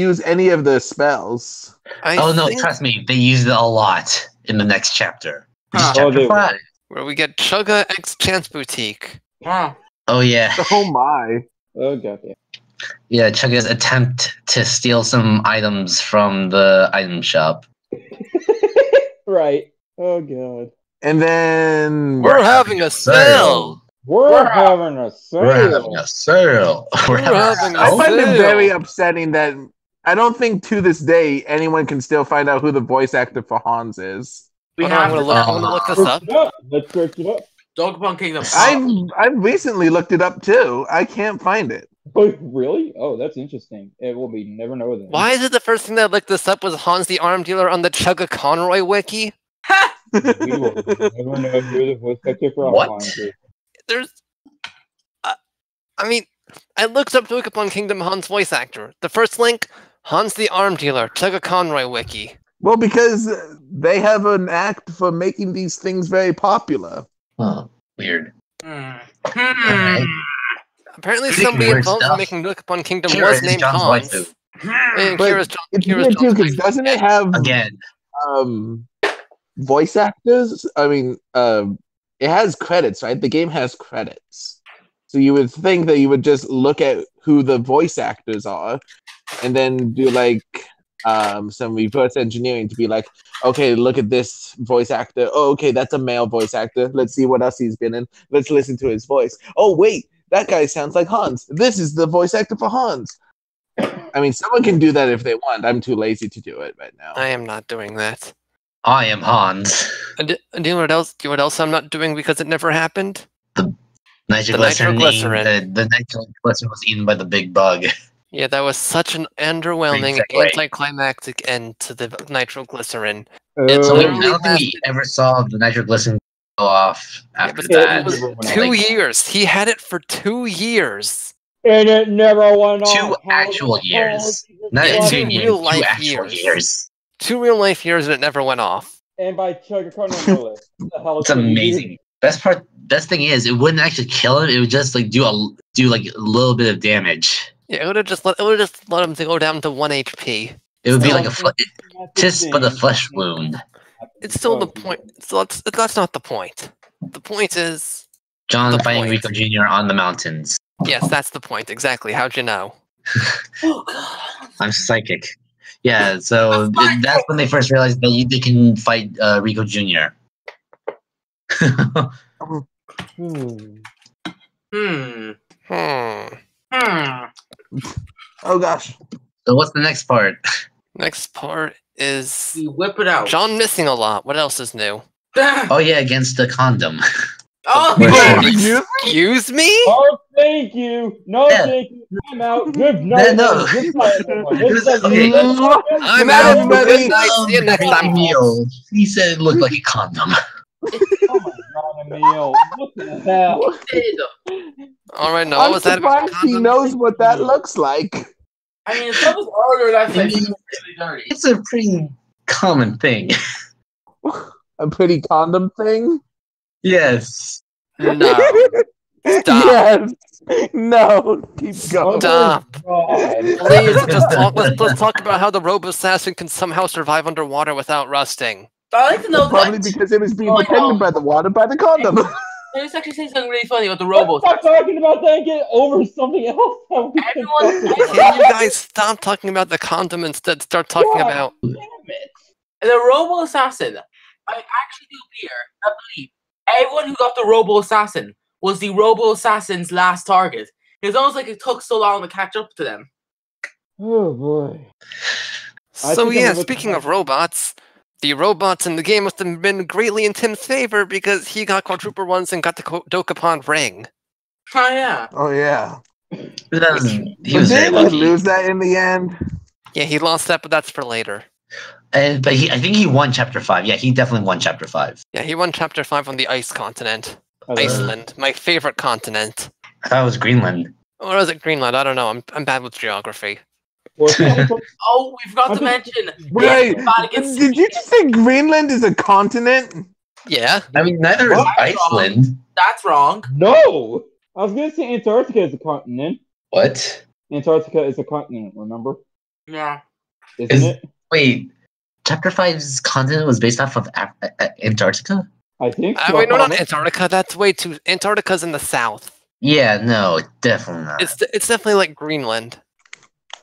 use any of the spells. I oh no, think trust me, they used it a lot in the next chapter. Which is Huh. Oh, chapter they- five. where we get Chugga X Chance Boutique. Wow. Oh yeah, Oh my! Oh, goddamn. yeah. Chugga's attempt to steal some items from the item shop. Right. Oh, God. And then We're having a sale. We're, We're- having a sale. We're having a sale. We're having having a a I sale. find sale. it very upsetting that I don't think to this day anyone can still find out who the voice actor for Hans is. We Hold on, I'm have gonna the look, I'm gonna look this Search up. it up. Let's search it up. Dog Punk Kingdom. Uh, I've I've recently looked it up too. I can't find it. Oh, really? Oh, that's interesting. It will be never know then. Why is it the first thing that looked this up was Hans the Arm Dealer on the Chugga Conroy wiki? We will never know who the voice actor for What? Alphonse is. There's, uh, I mean, I looked up Duke upon Kingdom Hans voice actor. The first link, Hans the Arm Dealer, Chugga Conroy wiki. Well, because they have an act for making these things very popular. Huh, Oh, weird. Hmm. Alright. Hmm. Apparently, Making somebody weird involved stuff. in making Duke upon Kingdom Kira was is named John's Hans. waifu. And But Kira's John, It's Kira's weird too, John's because waifu. doesn't it have Again, um, voice actors? I mean, um, it has credits, right? The game has credits, so you would think that you would just look at who the voice actors are, and then do like um, some reverse engineering to be like, okay, look at this voice actor. Oh, okay, that's a male voice actor. Let's see what else he's been in. Let's listen to his voice. Oh, wait, that guy sounds like Hans. This is the voice actor for Hans. I mean, someone can do that if they want. I'm too lazy to do it right now. I am not doing that. I am Hans. And do, and do you know what else? Do you know what else I'm not doing because it never happened? Nitroglycerin. nitroglycerin. The, the nitroglycerin was eaten by the big bug. Yeah, that was such an underwhelming, Great segue. anticlimactic end to the nitroglycerin. So Oh. we, I Literally don't think we lasted- ever saw the nitroglycerin go off Yeah, after but that. that was Like, two years. He had it for two years. and it never went on. Two How- actual how- years. Not Yeah, even two two years, real two life actual years. years. Two real life years and it never went off. And by Chuck Connor the hell It's could he do? amazing. Best part, best thing is, it wouldn't actually kill him. It would just like do a do like a little bit of damage. Yeah, it would have just let it would have just let him to go down to one HP. It would be No, like a fl- it's not the just but a same. flesh wound. It's still the point. So that's that's not the point. The point is John The fighting point. Rico Jr. on the mountains. yes, that's the point exactly. How'd you know? Oh god. I'm psychic. Yeah, so it, that's when they first realized that you, they can fight uh, Rico Jr. Hmm. Hmm. Hmm. Hmm. Oh gosh. so what's the next part? Next part is You whip it out. John missing a lot. What else is new? Oh yeah, against the condom. oh, Wait, yeah. wait, wait. Excuse me? Oh, thank you. No, Yeah. thank you. I'm out. Good night. no. Good night, everyone. Good This is- night. I'm Not out. everybody- Good night. See you next time. Emil. He said it looked like a condom. Oh my god, Emil. What the hell? All right, no, what I'm was that about surprised he condoms? knows what that looks like. I mean, if someone's earlier that I like mean, dirty. it's a pretty common thing. A pretty condom thing. Yes. No. Yes. No. Keep going. Stop. God. Please just talk let's, let's talk about how the robo assassin can somehow survive underwater without rusting. I like to know Probably that. because it was being Oh, protected no. by the water by the condom. Let's actually say something really funny about the Let's robots. stop talking about that and get over something else. that we can Everyone- talk about. Can you guys stop talking about the condom instead? Start talking Yeah. about Damn it. The Robo Assassin. I actually do fear. I believe everyone who got the Robo Assassin was the Robo Assassin's last target. It's almost like it took so long to catch up to them. Oh boy. I So think I'm yeah, gonna look speaking back- of robots, the robots in the game must have been greatly in Tim's favor because he got Quadruper ones and got the Ko- Dokapon ring. Oh yeah. oh yeah. That was, Um, he But was very didn't he lucky. lose that in the end? Yeah, he lost that, but that's for later. And but he, I think he won chapter five. Yeah, he definitely won chapter five. Yeah, he won Chapter Five on the Ice Continent, Iceland, my favorite continent. I thought it was Greenland. Or was it Greenland? I don't know. I'm I'm bad with geography. Well, so- Oh, we forgot I to think- mention. Wait. Everybody gets Did you just say Greenland is a continent? Yeah, I mean, neither is What? Iceland. That's wrong. no! I was gonna say Antarctica is a continent. What? Antarctica is a continent, remember? Yeah. Isn't Is- it? Wait, chapter five's continent was based off of Af- A- A- Antarctica. I think I so. mean, no, not Antarctica. That's way too. Antarctica's in the south. Yeah, no, definitely not. It's it's definitely like Greenland.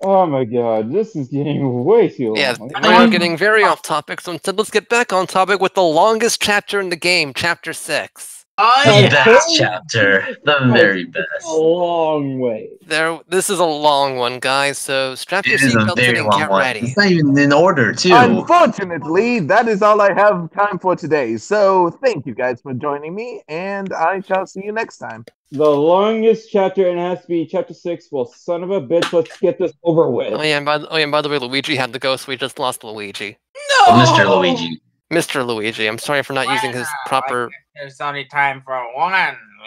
Oh my god, this is getting way too long. Yeah, I we are I'm- getting very off topic. So instead, let's get back on topic with the longest chapter in the game, Chapter Six. Oh the yeah. best chapter, the very best. a long way. There, this is a long one, guys. So strap your It is a seatbelts in very and long get one. ready. Oh, It's not even in order, too. Unfortunately, that is all I have time for today. So thank you guys for joining me, and I shall see you next time. The longest chapter, and it has to be chapter six. Well, son of a bitch, let's get this over Oh with. yeah, and by the, oh yeah, and by the way, Luigi had the ghost. We just lost Luigi, No. Oh, Mr. Luigi. Mr. Luigi. I'm sorry for not using his proper. There's only time for one,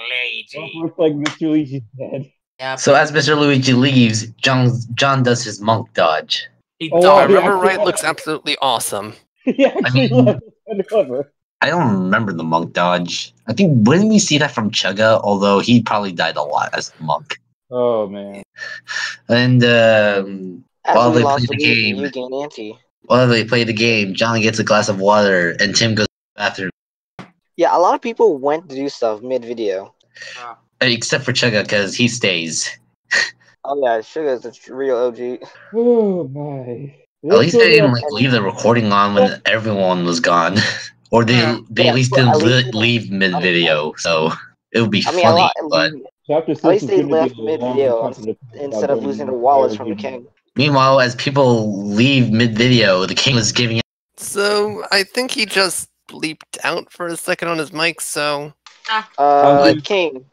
lady. Looks like Mr. Luigi's dead. Yeah. So as Mr. Luigi leaves, John John does his monk dodge. he Oh, If I died. yeah. remember right, looks absolutely awesome. he actually mean- left us undercover. I don't remember the monk dodge. I think wouldn't we see that from Chugga? Although he probably died a lot as a monk. Oh man. And um, As While we they lost play the Luigi, game. you gain Ante. while they play the game, John gets a glass of water, and Tim goes to the bathroom. Yeah, a lot of people went to do stuff mid video. Except for Chugga, because he stays. Oh yeah, Sugar is a tr- real OG. Oh my. At least they didn't like leave the recording on when everyone was gone, or they they Yeah, at least well, didn't at least li- they- leave mid video. So it would be I mean, a funny, lot, but Chapter six At least is they gonna be left the longest mid-video chapter to- instead of about losing the when Wallace from the everything- king. meanwhile, as people leave mid video, the king was giving So I think he just bleeped out for a second on his mic. So Uh, Um, king.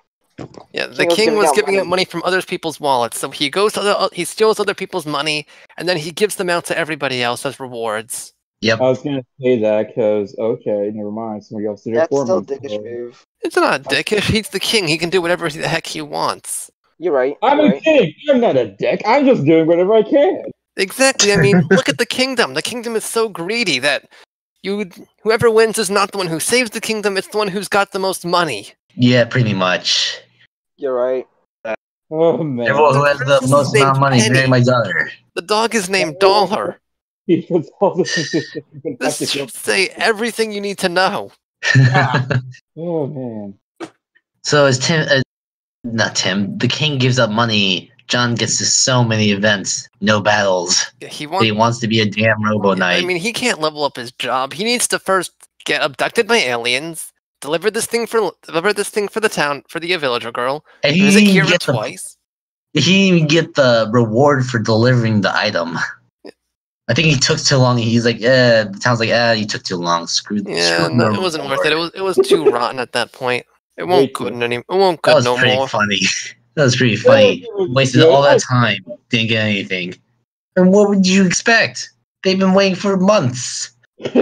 yeah, the King was king giving was out giving out money. money from other people's wallets. So he goes to the, he steals other people's money and then he gives them out to everybody else as rewards. Yep. I was gonna say that because okay, never mind. Somebody else did it That's for still a me. dickish move. It's not dickish. He's the king. He can do whatever the heck he wants. You're right. I'm you're a right. dick. I'm not a dick. I'm just doing whatever I can. Exactly. I mean, look at the kingdom. The kingdom is so greedy that you whoever wins is not the one who saves the kingdom. It's the one who's got the most money. yeah, pretty much. You're right. Oh man. Everyone who has the This is most amount of money is named marrying my daughter. The dog is named Dollar. He puts all the statistics in This practice. should say everything you need to know. Yeah. Oh man. so as Tim, uh, not Tim, the king gives up money. John gets to so many events, no battles. Yeah, He He wants. wants to be a damn Robo Knight. I mean, he can't level up his job. He needs to first get abducted by aliens, deliver this thing for deliver this thing for the town for the villager girl, and he visit didn't Kira get the twice. He didn't even get the reward for delivering the item. I think he took too long. He's like, eh, the town's like, eh, you took too long. Screw Yeah, screw no, the it wasn't worth reward." it. It was it was too rotten at that point. It won't too. good any. It won't That good was no pretty more. funny. That was pretty funny. it was Wasted good. all that time. Didn't get anything. And what would you expect? They've been waiting for months.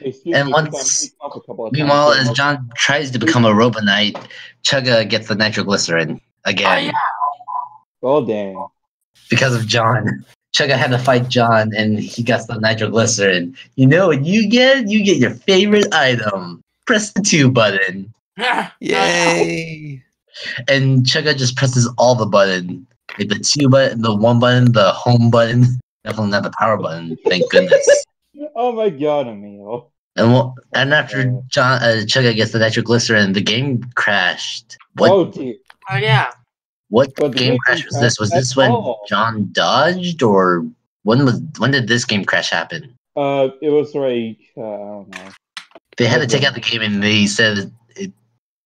Excuse And me, once- I might talk a couple of times. Meanwhile, as John tries to become a Robo Knight, Chugga gets the nitroglycerin Oh, again yeah. Well, Oh, damn. because of John. Chugga had to fight John, and he got the nitroglycerin. You know what you get? You get your favorite item. Press the two button, Yeah. Yay! and Chugga just presses all the button, like the two button, the one button, the home button. Definitely not the power button. Thank goodness. Oh my god, Emil. And well, and after John uh, Chugga gets the nitroglycerin, the game crashed. What Oh dear. Oh, yeah. what but the game game crash didn't was this? Was crash this at when all. John dodged, or when was when did this game crash happen? Uh, it was like uh, I don't know. They had to Okay. take out the game, and they said it.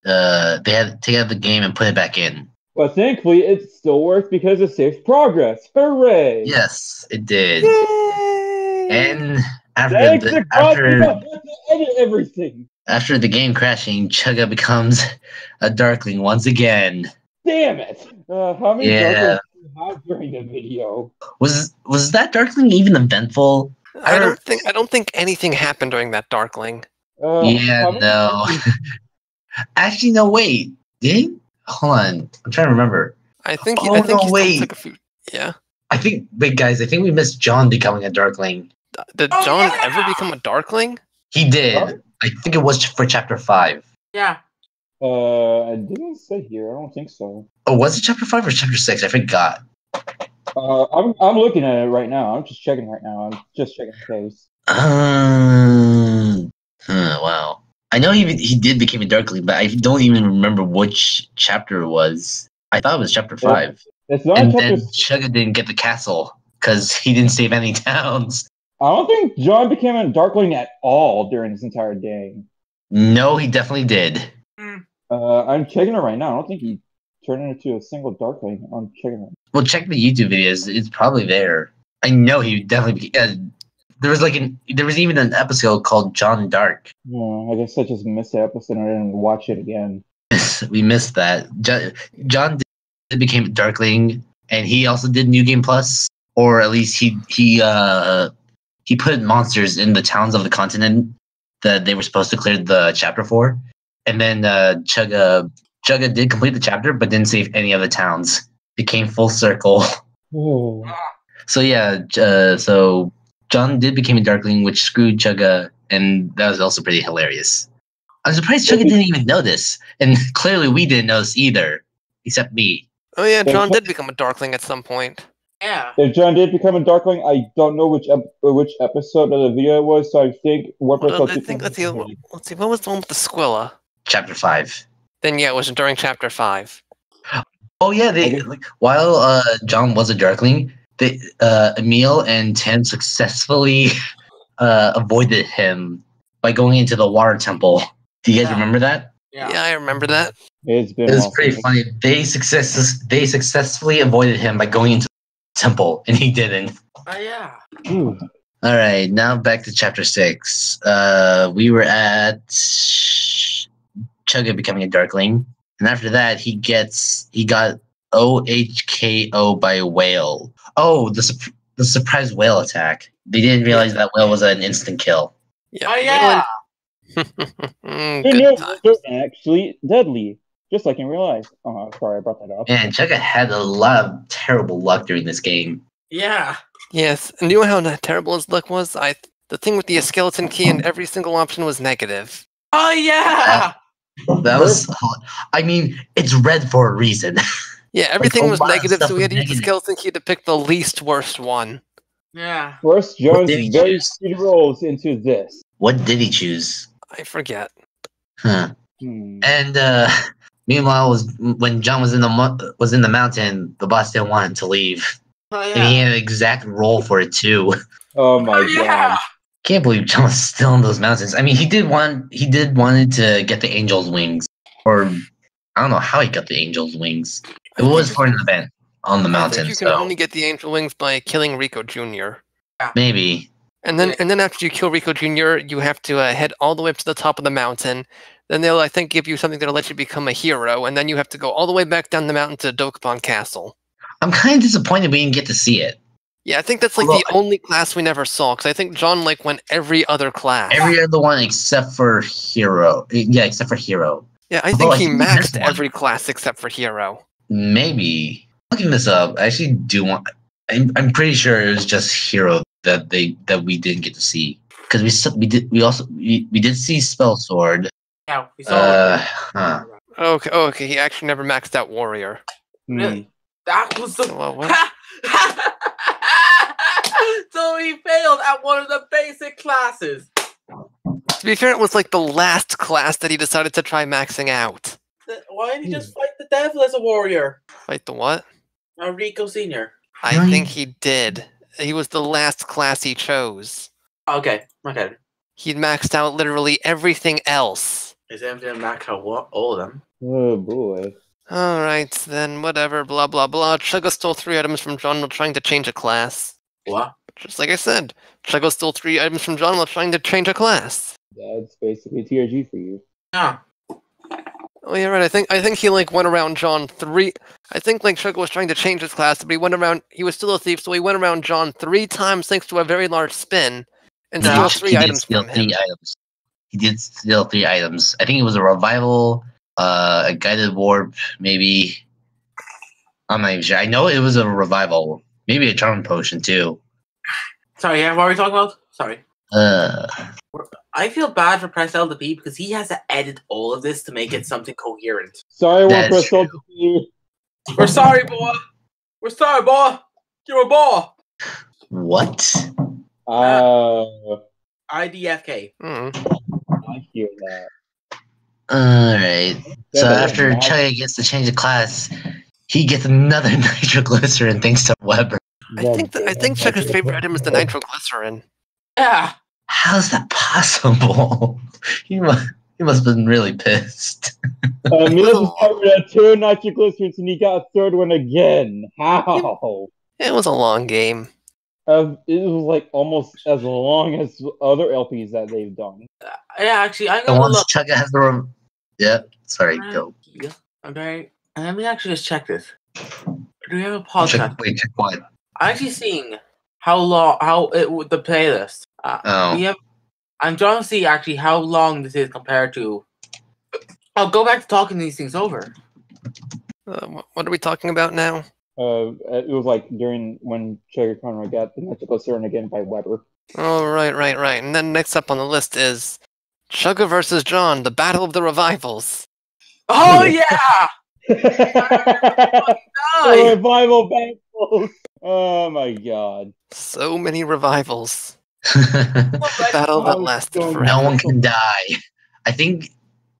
Uh, they had to take out the game and put it back in. But thankfully, it still works because it saves progress. Hooray! Yes, it did. And after Thanks the, to God, we after don't have to edit everything. after the game crashing, Chugga becomes a Darkling once again. Damn it! Uh, how many Yeah. progress do you have during the video? Was was that Darkling even eventful? I don't think I don't think anything happened during that Darkling. Uh, Yeah, how many- no. Actually, no. Wait, did hold on. I'm trying to remember. I think. He, Oh, I think no, he still wait. took a few. Yeah. I think. Wait, guys. I think we missed John becoming a Darkling. D- Did Oh, John yeah! ever become a Darkling? He did. Huh? I think it was for chapter five. Yeah. Uh, I didn't say here. I don't think so. Oh, was it chapter five or chapter six? I forgot. Uh, I'm I'm looking at it right now. I'm just checking right now. I'm just checking the case. Um. huh, wow. I know he he did become a Darkling, but I don't even remember which chapter it was. I thought it was chapter Yeah. five. It's not and chapter. then Chugga didn't get the castle because he didn't save any towns. I don't think John became a Darkling at all during his entire game. No, he definitely did. Uh, I'm checking it right now. I don't think he turned into a single Darkling. I'm checking it. Well, check the YouTube videos. It's probably there. I know he definitely. Uh, there was like an. There was even an episode called John Dark. Yeah, Uh, I guess I just missed that episode and I didn't watch it again. we missed that. John, John did, became Darkling, and he also did New Game Plus, or at least he he uh he put monsters in the towns of the continent that they were supposed to clear the chapter for, and then uh, Chugga Chugga did complete the chapter, but didn't save any of the towns. It came full circle. Oh, So yeah, j- uh, so John did become a Darkling, which screwed Chugga, and that was also pretty hilarious. I'm surprised Chugga didn't even notice, and clearly we didn't notice either, except me. Oh yeah, Yeah, John he- did become a Darkling at some point. Yeah. if John did become a Darkling, I don't know which ep- uh, which episode of the video it was, so I think what Well, episode. I think let's see. Let's see. What was the one with the Squilla? Chapter five. Then yeah, it was during Chapter Five. Oh yeah, they like while uh, John was a darkling, they uh, Emil and Tim successfully uh, avoided him by going into the water temple. Do you guys Yeah. remember that? Yeah. Yeah, I remember that. It's been It was awesome. pretty funny. They success they successfully avoided him by going into the temple, and he didn't. Oh yeah. Ooh. All right, now back to chapter six. Uh, we were at Chugga becoming a Darkling, and after that, he gets he got OHKO by whale. Oh, the sup- the surprise whale attack. They didn't realize that whale was an instant kill. Yeah. Oh yeah. Mm, Your good nails time. are actually deadly, just like in real life. Oh, sorry, I brought that up. Man, Chugga had a lot of terrible luck during this game. Yeah. Yes. And you know how n- terrible his luck was? I the thing with the skeleton key and every single option was negative. Oh yeah. That was, I mean, it's red for a reason. Yeah, everything a was lot of negative, oh, stuff so we was had to use the negative. skeleton key to pick the least worst one. Yeah. First, John's did he very use? speed rolls into this. what did he choose? I forget. Huh. Hmm. And uh, meanwhile, was when John was in the mo- was in the mountain, the boss didn't want him to leave, Oh and he yeah. had an exact role for it too. Oh my Oh, yeah. god. Can't believe John was still in those mountains. I mean, he did want he did wanted to get the angel's wings, or I don't know how he got the angel's wings. It I think was you- for an event on the I think mountain, you can so only get the angel wings by killing Rico Jr. maybe. And then, Yeah. and then after you kill Rico Jr., you have to uh, head all the way up to the top of the mountain. Then they'll, I think, give you something that'll let you become a hero, and then you have to go all the way back down the mountain to Dokapon Castle. I'm kind of disappointed we didn't get to see it. Yeah, I think that's like Although the only class we never saw, because I think John like went every other class. Every other one except for Hero. Yeah, except for Hero. yeah, I although think I he think we missed maxed one. every class except for hero. Maybe looking this up, I actually do want. I'm, I'm pretty sure it was just Hero that they that we didn't get to see because we s- we did we also we, we did see Spell Sword. Yeah. We saw Uh, it. huh. Okay, oh, okay, he actually never maxed out warrior. Hmm. Really? That was the Well, what? so he failed at one of the basic classes. to be fair, it was like the last class that he decided to try maxing out. Th- Why didn't he just fight the devil as a warrior? Fight the what? Uh, Rico Senior. I Really? think he did. He was the last class he chose. Okay, okay. He maxed out literally everything else. Is everything back at what? All of them. Oh boy. All right, then whatever. Blah blah blah. Chugga stole three items from John while trying to change a class. What? Just like I said, Chugga stole three items from John while trying to change a class. That's basically TRG for you. Yeah. Oh yeah, right. I think I think he like went around John three. I think like Chugga was trying to change his class, but he went around. He was still a thief, so he went around John three times thanks to a very large spin, and stole No, he three did items steal uh, from him. three items. He did steal three items. I think it was a revival, uh, a guided warp, maybe. I'm not even sure. I know it was a revival, maybe a charm potion too. Sorry, yeah, what are we talking about? Sorry. Uh, I feel bad for Press LDP because he has to edit all of this to make it something coherent. Sorry, one That is person to you. We're sorry, boy. We're sorry, boy. You're a boy. what? Uh, IDFK. Hmm. I hear that. All right. So Definitely after not. Chugga gets to change of class, he gets another nitroglycerin thanks to Weber. I think the, I think Goddamn. Chugga's favorite item is the nitroglycerin. Yeah. How's that possible? he must he must have been really pissed. Uh, Mila Little- discovered that two nitroglycerins and he got a third one again. How? It was a long game. Uh, it was like almost as long as other LPs that they've done. Yeah, actually, I'm And gonna once look. Uh, Chugga has the room, yep. Sorry, go. Yeah, Okay. And let me actually just check this. Do we have a Check, podcast? wait, check what? I'm actually seeing how long, how it would the playlist. Uh, Oh, We have. I'm trying to see actually how long this is compared to. I'll go back to talking these things over. Uh, wh- what are we talking about now? Uh, it was like during when Chugger Conroy got the nitroglycerin again by Weber. Oh, right, right, right. And then next up on the list is Chugga versus John, the Battle of the Revivals. Oh yeah! the Oh, Nice! revival battles. Oh my god. So many revivals. The Alright, battle that Oh, lasted God. forever. no one can die. I think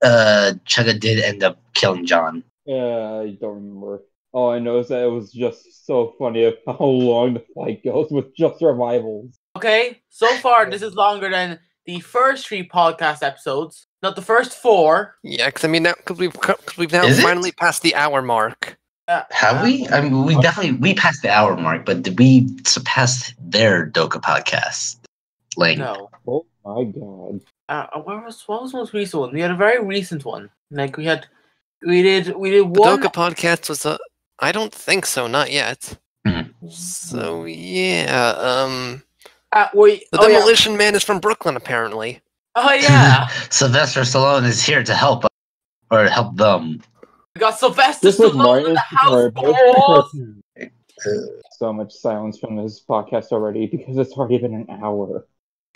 uh, Chugga did end up killing John. Uh, I don't remember. All I know is that it was just so funny of how long the fight goes with just revivals. Okay, so far this is longer than the first three podcast episodes, not the first four. Yeah, because I mean, now, because we've, co- 'cause we've now Is it? finally passed the hour mark. Uh, Have we? I mean, we definitely we passed the hour mark, but did we surpass their Doka podcast? Like, No. Oh my god. Uh, uh, what was what was the most recent one? We had a very recent one. Like we had, we did we did The one. Doka podcast was a. I don't think so, not yet. Hmm. Mm-hmm. So yeah, um, Uh, we, the oh, yeah. Demolition Man is from Brooklyn apparently. oh yeah, Sylvester Stallone is here to help us or help them. we got Sylvester Just like Stallone in Martin the house. Scorsese. balls. so much silence from this podcast already because it's already been an hour.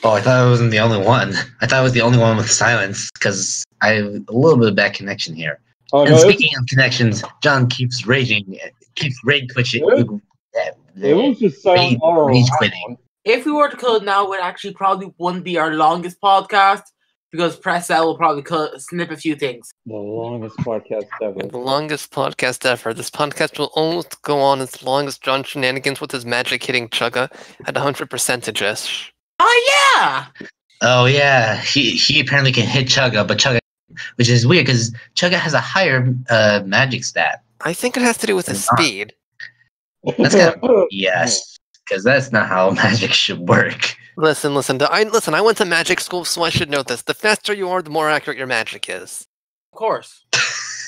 Oh, I thought I wasn't the only one. I thought I was the only one with silence because I have a little bit of bad connection here. Oh and no, it, speaking of connections, John keeps raging, keeps rage quitting. Really? it was just silent Rage- all around. rage quitting. If we were to cut it now, it actually probably wouldn't be our longest podcast because Press L will probably cut, snip a few things. The longest podcast We have The ever. longest podcast ever. This podcast will almost go on as long as John Shenanigans with his magic hitting Chugga at 100% ish. Oh yeah, Oh yeah, he he apparently can hit Chugga, but Chugga, which is weird because Chugga has a higher uh, magic stat. I think it has to do with his Ah. speed. That's kind of yes, because that's not how magic should work. Listen, listen. the- I listen. I went to magic school, so I should know this. The faster you are, the more accurate your magic is. of course.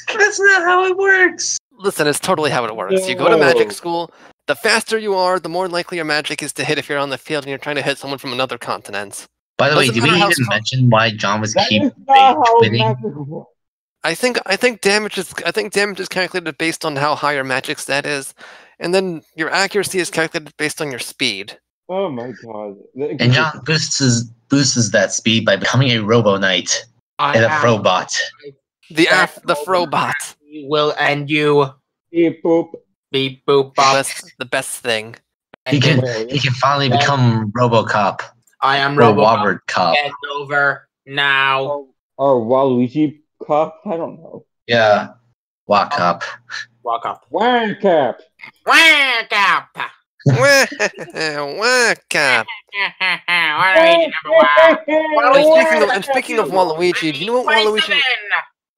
that's not how it works. Listen, it's totally how it works. You go to magic No. school. The faster you are, the more likely your magic is to hit if you're on the field and you're trying to hit someone from another continent. By the way, Doesn't did we matter how even strong- mention why John was That keep is rage not how quitting? magic works. I think I think damage is I think damage is calculated based on how high your magic stat is, and then your accuracy is calculated based on your speed. Oh my god. That- And John boosts his, boosts that speed by becoming a Robo Knight I and a am- Frobot. The af- That's the all frobot. We will end you. Beep, boop. Beep boop The bop. best, the best thing. He End can it. he can finally become RoboCop I am or Robocop. Wobbard Cop. End over now. Oh. Or, or Waluigi Cop? I don't know. Yeah, Walk Cop. Walk up. Wang Cap! Wake up. Waka. Waluigi number one. And Waluigi speaking of, number and speaking of two. Waluigi, do you know what Waluigi?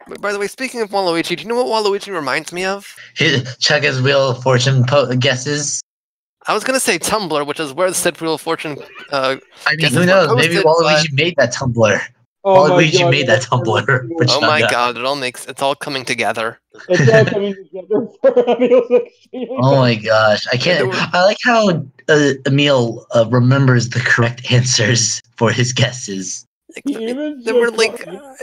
Waluigi. By the way, speaking of Waluigi, do you know what Waluigi reminds me of? His, check his Wheel of Fortune po- guesses. I was gonna say Tumblr, which is where the said Wheel of Fortune. Uh, I mean, Guesses who were knows? Maybe posted, Waluigi made that Tumblr. Oh my Waluigi god, made that every Tumblr. single- Which oh my Chugga. god! It all makes it's all coming together. It's all coming together for Emil's extremely Oh my gosh! I there can't. were- I like how uh, Emil uh, remembers the correct answers for his guesses. Even There were just like, one- uh,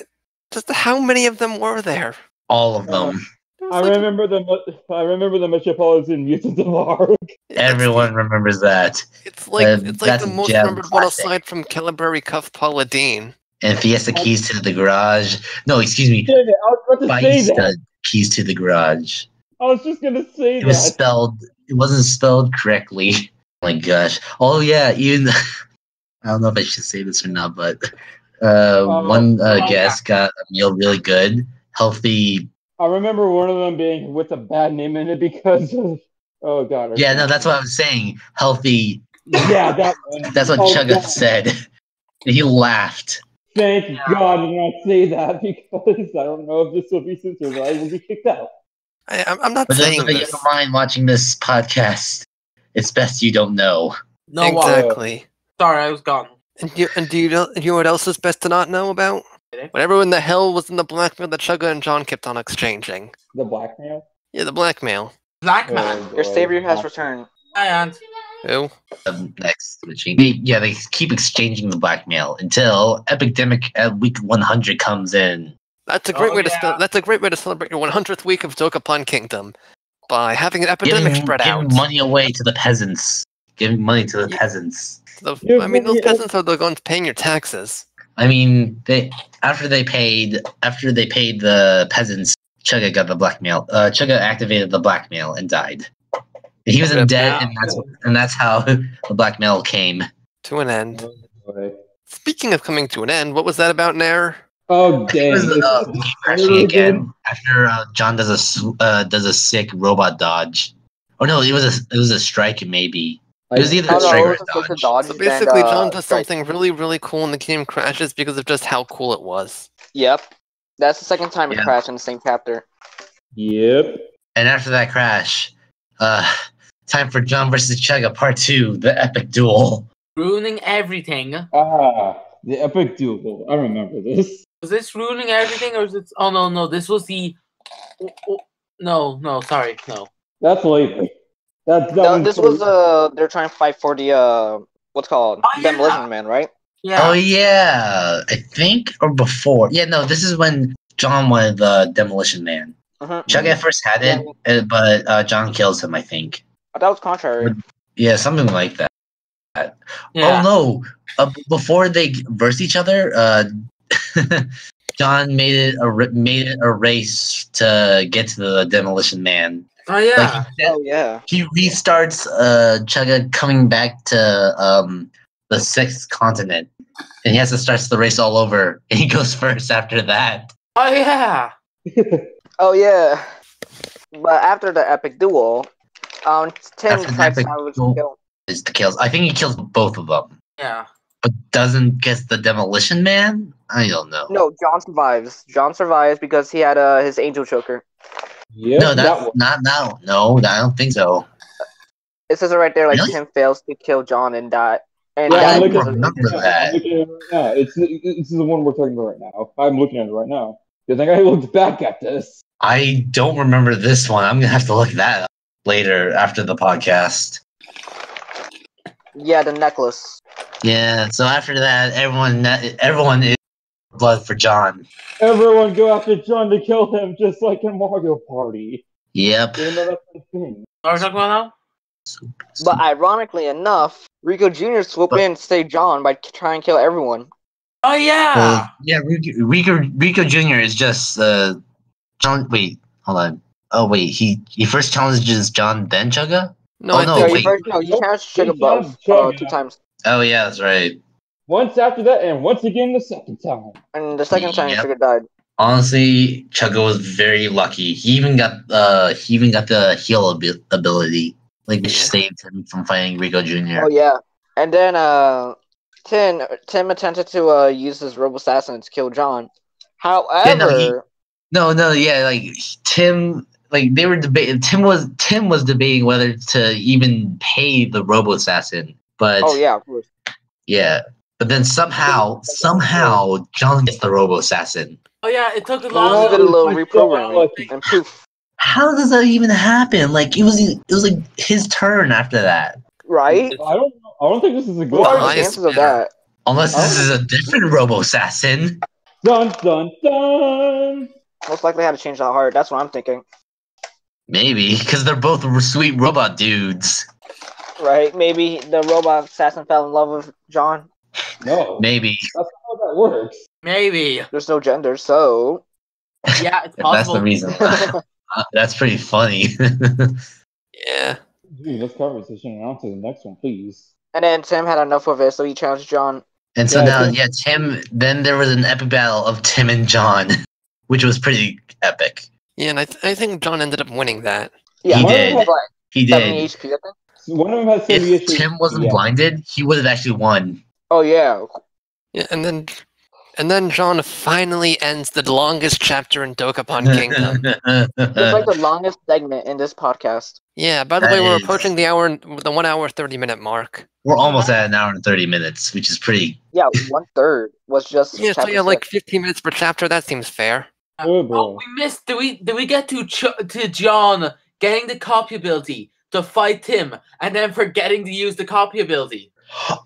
just how many of them were there? All of them. There was I like- remember the mo- I remember the Metropolitan Mutants of Horror. it's- Everyone remembers that. It's like Uh, it's like that's the a most gem remembered one classic. aside from Calibrary Cuff Paula Dean. And Fiesta keys to the garage. No, excuse me. Damn it, I was about to say Fiesta that. keys to the garage. I was just gonna say It was that. spelled. It wasn't spelled correctly. Oh my gosh. Oh yeah. Even I don't know if I should say this or not, but uh, Um, one uh, yeah. guest got Emil really good. Healthy I remember one of them being with a bad name in it because of oh god. I Yeah, no, can't- that's what I was saying. Healthy. Yeah, that one. That's what Oh, Chugga God. said. And he laughed. Thank God I did not say that because I don't know if this will be censored. I will be kicked out. I, I'm, I'm not But those saying of the this young mind watching this podcast, it's best you don't know. uh, No one. exactly. Sorry, I was gone. And you and do you know, you know what else is best to not know about? Whatever in the hell was in the blackmail that Chugga and John kept on exchanging. The blackmail. Yeah, the blackmail. Black man. Oh, Your boy. savior has returned. Hi, Aunt. Who? Um, next, machine. They- yeah, they keep exchanging the blackmail until Epidemic at week 100 comes in. That's a great Oh, way to yeah. ce- that's a great way to celebrate your 100th week of Dokapon Kingdom by having an epidemic Giving, spread out. giving money away to the peasants. Giving money to the Ye- peasants. The, Give I mean, those money- peasants are the ones paying your taxes. I mean, they after they paid after they paid the peasants, Chugga got the blackmail. Uh, Chugga activated the blackmail and died. He was in Rip. debt, and that's and that's how the blackmail came. To an end. Oh, boy. Speaking of coming to an end, what was that about, Nair? Oh It dang! was uh, This- crashing again after uh, John does a sw- uh, does a sick robot dodge. Oh no, it was a it was a strike maybe. It was either Oh, a no, strike it or was a just like a dodge. dodge. So and, basically, uh, John does strike. something really, really cool, and the game crashes because of just how cool it was. Yep. That's the second time it Yeah. crashed in the same chapter. Yep. And after that crash, uh, time for John versus Chega Part Two, the epic duel. Ruining everything. Ah, the epic duel. I remember this. Was this ruining everything, or is it? Oh no, no. This was the. oh, oh, No, no. Sorry, no. That's later. That that No, one's this so- was uh they're trying to fight for the uh what's it called Oh, yeah. Demolition Man, right? Yeah. Oh yeah, I think or before. Yeah, no, this is when John wanted the Demolition Man. Mhm. Chega at first had it, uh, but uh, John kills him. I think. That was contrary. Yeah, something like that. yeah. Oh no! Uh, b- before they verse each other, uh, John made it a ri- made it a race to get to the demolition man. Oh yeah. Like he, said- Oh yeah. he restarts uh, Chugga coming back to um, the sixth continent, and he has to start the race all over. And he goes first after that. oh yeah. Oh yeah. But after the epic duel, um Tim After the decides epic I was duel. kill. Is the kills? I think he kills both of them, Yeah. but doesn't get the demolition man. I don't know. No, John survives. John survives because he had uh his angel choker. Yep, no, that that, one. not now. No, I don't think so. It says it right there like Really? Tim fails to kill John and die and Yeah, I died I'm looking because at of it right remember that. now. I'm looking at it right now. It's this is the one we're talking about right now. I'm looking at it right now. You think I looked back at this? I don't remember this one. I'm gonna have to look that up later after the podcast. yeah the necklace. Yeah. So after that, everyone, everyone is blood for John. Everyone go after John to kill him, just like in Mario Party. Yep. You know that's the thing. Are we talking about now? But ironically enough, Rico Jr. swooped But- in to save John by k- trying to kill everyone. Oh yeah. Well, Uh, yeah. Rico, Rico, Rico Jr. is just uh, John. Wait, hold on. Oh wait, he he first challenges John, then Chugga. No, Oh, I no, No, think you wait. first no, you Nope, challenged they Sugar Buff uh, challenged two Sugar. times, Oh yeah, that's right. Once after that, and once again the second time. and the second time Yep. Sugar died. Honestly, Chugga was very lucky. He even got uh he even got the heal abi- ability, like which saved him from fighting Rico Jr. Oh yeah, and then uh, Tim Tim attempted to uh use his Robo Assassin to kill John. However, No, no, yeah, like Tim, like they were debating. Tim was Tim was debating whether to even pay the Robo Assassin, but oh yeah, of course. yeah, but then somehow, somehow, John gets the Robo Assassin. Oh yeah. It took a He long. Oh, did a little it's so reprogramming, unlucky. and poof, How does that even happen? Like it was, it was like his turn after that. right? I don't. know- I don't think this is a good. What are Nice the chances of spinner. that? Unless Oh. this is a different Robo Assassin. Dun dun dun. Most likely had to change that heart. That's what I'm thinking. Maybe because they're both sweet robot dudes. Right? Maybe the robot assassin fell in love with John. No, Maybe that's not how that works. Maybe. There's no gender, so Yeah. It's if that's possible. the reason. Uh, that's pretty funny. Yeah. Dude, let's conversation and on to the next one, please. and then Tim had enough of it, so he challenged John. And so Yeah, now, Tim- yeah, Tim. Then there was an epic battle of Tim and John, which was pretty epic. Yeah, and I, th- I think John ended up winning that. Yeah, He one of did. them had, like, He 70 did. HP, I think. So one of them has seventy If issues. Tim wasn't yeah. blinded, he would have actually won. Oh yeah, Yeah, and then and then John finally ends the longest chapter in Dokapon Kingdom. it's like the longest segment in this podcast. Yeah, by the That way, we're is- approaching the hour, the one hour thirty minute mark. We're almost at an hour and thirty minutes, which is pretty. Yeah, one third was just Yeah, so chapter yeah, like six. fifteen minutes per chapter. That seems fair. Oh boy. Oh, we missed. Did we? Did we get to Ch- to John getting the copy ability to fight Tim, and then forgetting to use the copy ability?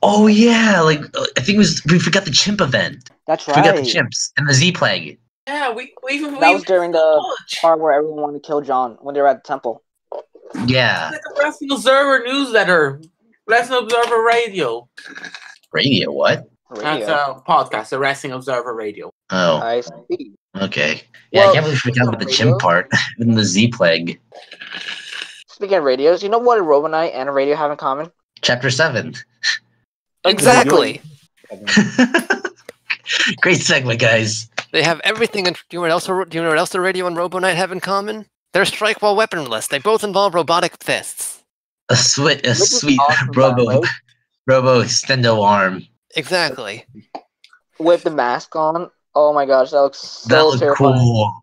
Oh yeah, like uh, I think it was we forgot the chimp event. That's We Forgot the right. chimps and the Z plague. Yeah, we we even That we was during the part where everyone wanted to kill John when they were at the temple. Yeah, like a Wrestling Observer newsletter, Wrestling Observer Radio. radio. What? That's uh, Radio. a podcast, the Wrestling Observer Radio. Oh, I see. okay. Uh, Yeah, Well, I can't believe we forgot about the radio. chimp part and the Z plague. Speaking of radios, you know what a Robonite and a radio have in common? Chapter seven. Exactly. Great segment, guys. They have everything. In, do you know what else? Do you know what else the radio and Robo Knight have in common? They're strike while weaponless. They both involve robotic fists. A sweet, a Which is sweet awesome, by the robo, way. robo extendo arm. Exactly. with the mask on. Oh my gosh, that looks That so look terrifying. cool.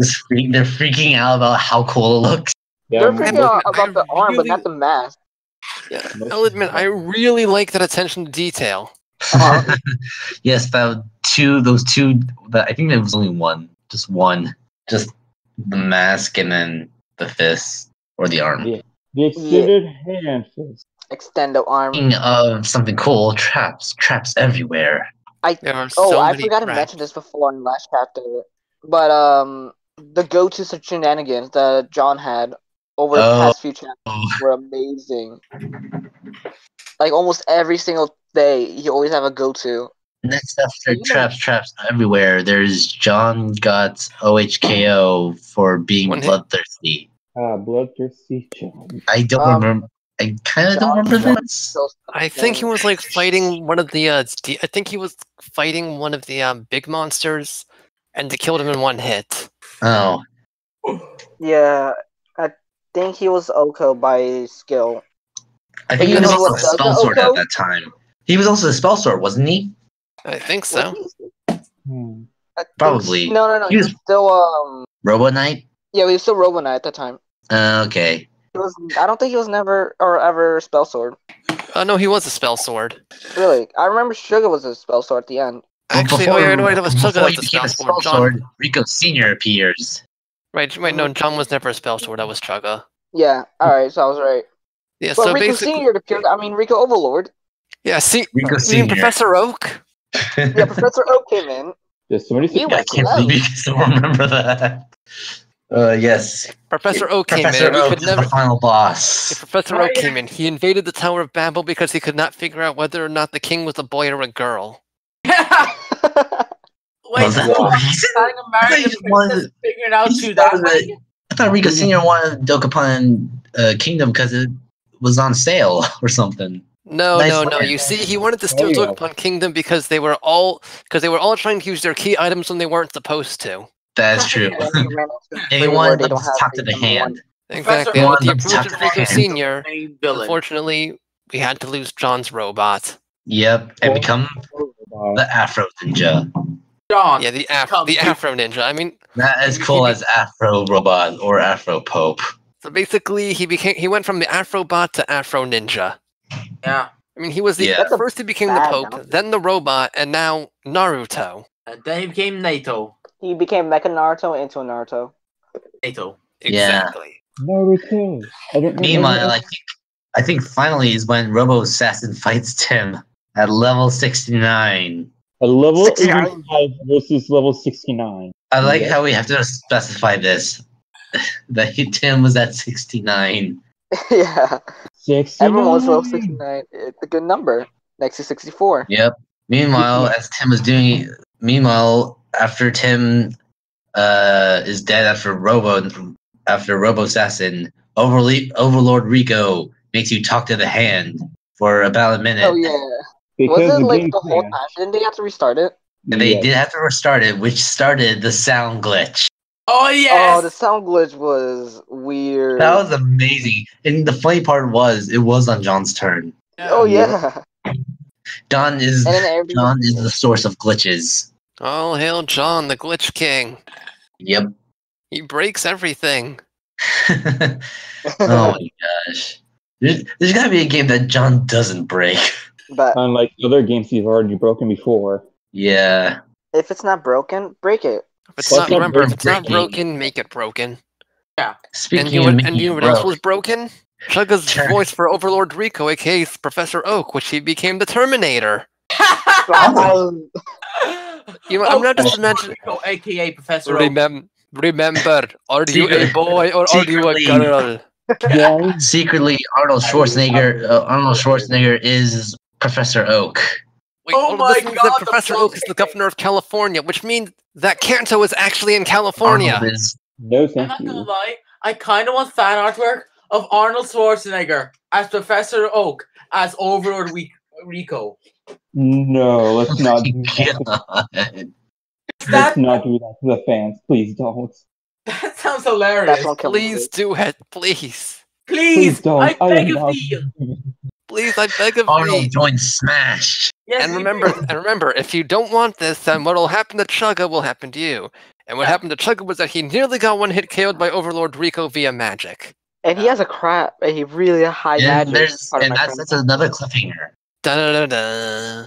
Just freak, they're freaking out about how cool it looks. They're Yeah, freaking most- out about uh, the I arm, but really- not the mask. I'll admit, I really like that attention to detail. Uh-huh. yes, that two, those two. That I think there was only one, just one, just the mask and then the fist or the arm. Yeah. the extended hand fist. Extendo arm. Speaking of something cool, traps, traps everywhere. There are so Oh, I many forgot to crap. mention this before in the last chapter, but um, the go-to shenanigans that John had over the Oh. past few chapters Oh, were amazing. Like almost every single day, you always have a go-to. Next after You know- traps, traps everywhere. There's John got OHKO for being One hit. bloodthirsty. Ah, bloodthirsty John. I don't Um, remember. I kind of don't John remember Jones this. still I think he something. was like fighting one of the. Uh, d- I think he was fighting one of the um, big monsters, and they killed him in one hit. Oh, Yeah, I think he was Oko by skill. I think he you was know also what a doesn't spell sword at also- that time. He was also a spell sword, wasn't he? I think Was so. he- Hmm. I think- Probably. No, no, no. He He was- was still um. Robo Knight. Yeah, he was still Robonite at the time. Uh, okay. He was. I don't think he was never or ever spell sword. Oh no, he was a spell sword. Really, I remember Sugar was a spell sword at the end. Well, Actually, oh yeah, wait, wait, it was Tugga before that he was a spell became a sword. spell John, sword, Rico Senior appears. right? Wait, no, John was never a spell sword. That was Chugga. Yeah. All right. So I was right. Yeah. But so Riku basically, Senior appeared. I mean, Riku Overlord. yeah. See, Rico you mean Senior. Professor Oak? Yeah, Professor Oak came in. There's so many. He I went can't low. believe you guys don't remember that. Uh, yes, Professor Oak came Professor in. and We Oak could is never. the final boss. If Professor Oak came in, he invaded the Tower of Babel because he could not figure out whether or not the king was a boy or a girl. Wait, was that so the reason? planning a marriage He wanted- and figuring out he to that wanted- way? I thought Rico Senior wanted Dokapon uh, Kingdom because it was on sale or something. No, Nice no, no. work. You see, he wanted to steal There you go. Dokapon Kingdom because they were all because they were all trying to use their key items when they weren't supposed to. That's true. When he ran into a They tree where wanted they them don't to have talk to the number one. hand. Exactly. One And with the of the approach of top Rico hands. Senior, Main villain. unfortunately, we had to lose John's robot. Yep, and become the Afro Ninja. John. Yeah, the Af- Come the to- Afro Ninja. I mean, Not as He cool be- as Afro Robot or Afro Pope. so basically, he became he went from the Afrobot to Afro Ninja. Yeah. I mean, he was the Yeah. at first he became the bad Pope, outfit. then the robot, and now Naruto. And then he became NATO. He became Mecha Naruto into a Naruto. NATO. Yeah. Exactly. Naruto. I don't know. Meanwhile, I think I think finally is when Robo Assassin fights Tim at level sixty nine. a level 69. 85 versus level 69. I like Yeah. how we have to specify this. that he- Tim was at sixty nine. yeah. 69. Everyone was level 69. It's a good number. Next to 64. Yep. Meanwhile, as Tim was doing meanwhile, after Tim uh is dead after Robo after Robo Assassin, Overle- Overlord Rico makes you talk to the hand for about a minute. Oh, yeah. Because was it the like game the whole crashed. time? Didn't they have to restart it? And they Yes. did have to restart it, which started the sound glitch. Oh yes. Oh, the sound glitch was weird. That was amazing. And the funny part was, it was on John's turn. oh yeah. John is And then every John is the source of glitches. All hail John, the Glitch King. Yep. He breaks everything. oh my gosh. There's, there's gotta be a game that John doesn't break. but Unlike other games you've already broken before. Yeah. if it's not broken, break it. If it's Fuck not up remember, if your it's not breaking. broken, make it broken. Speaking and you of would, making and you know it what else broke, was broken? Chugga's Sure. voice for Overlord Rico, aka Professor Oak, which he became the Terminator. Um, You know, I'm not just Oh. imagining. Rico, aka Professor Oak. Remem- remember, are you a Secret- boy or are you a secretly. girl? Yeah. secretly Arnold Schwarzenegger uh, Arnold Schwarzenegger is Professor Oak. Wait, Oh all my this means God, that the Professor Oak is the Terminator. governor of California, which means that Kanto is actually in California. Arnold is No, I'm thank not gonna you. lie. I kind of want fan artwork of Arnold Schwarzenegger as Professor Oak as Overlord we- Rico. No, let's not do that. God. That, Let's not do that to the fans. Please don't. that sounds hilarious. That's what kills Please do it. Please. Please, Please don't. I I beg am of not- thee. Please, I beg of Arnold you. joined Smash. Yes, And you remember, do. and remember, if you don't want this, then what'll happen to Chugga will happen to you. And what Yeah. happened to Chugga was that he nearly got one hit KO'd by Overlord Rico via magic. And he has a crap. And he really high And, magic. there's, part of and my that's, friend. that's another cliffhanger. Da da da da.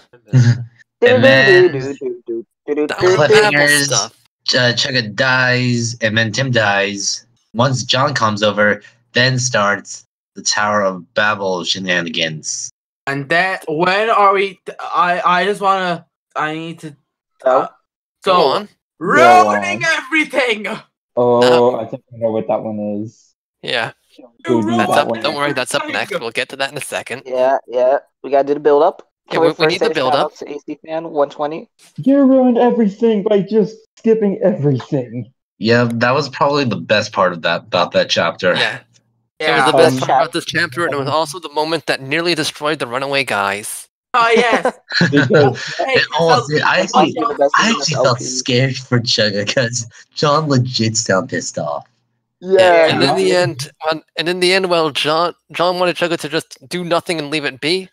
and then- That was Do-do-do-do-do-do-do-do-do. Apple cliffhangers. stuff. uh, Chugga dies, and then Tim dies. Once John comes over, then starts the Tower of Babel shenanigans. And that when are we? I I just wanna. I need to. uh, So, So Go on. ruining Go everything. You Oh, I think I know what that one is. Yeah, Who ruined did that's that up. one? Don't worry, that's up next. everything. We'll get to that in a second. yeah, yeah. We gotta do the build up. Yeah, we, we need the build up. to AC fan 120? You ruined everything by just skipping everything. Yeah, that was probably the best part of that about that chapter. Yeah, it was Yeah. the Um, best part about this chapter, and it was also the moment that nearly destroyed the runaway guys. Oh yes. Because Hey, almost did. I yourself- Honestly, actually- the best I team is actually felt LP. scared for Chugga because John legit sound pissed off. Yeah. and in the Yeah. end, on- and in the end, well, John John wanted Chugga to just do nothing and leave it be.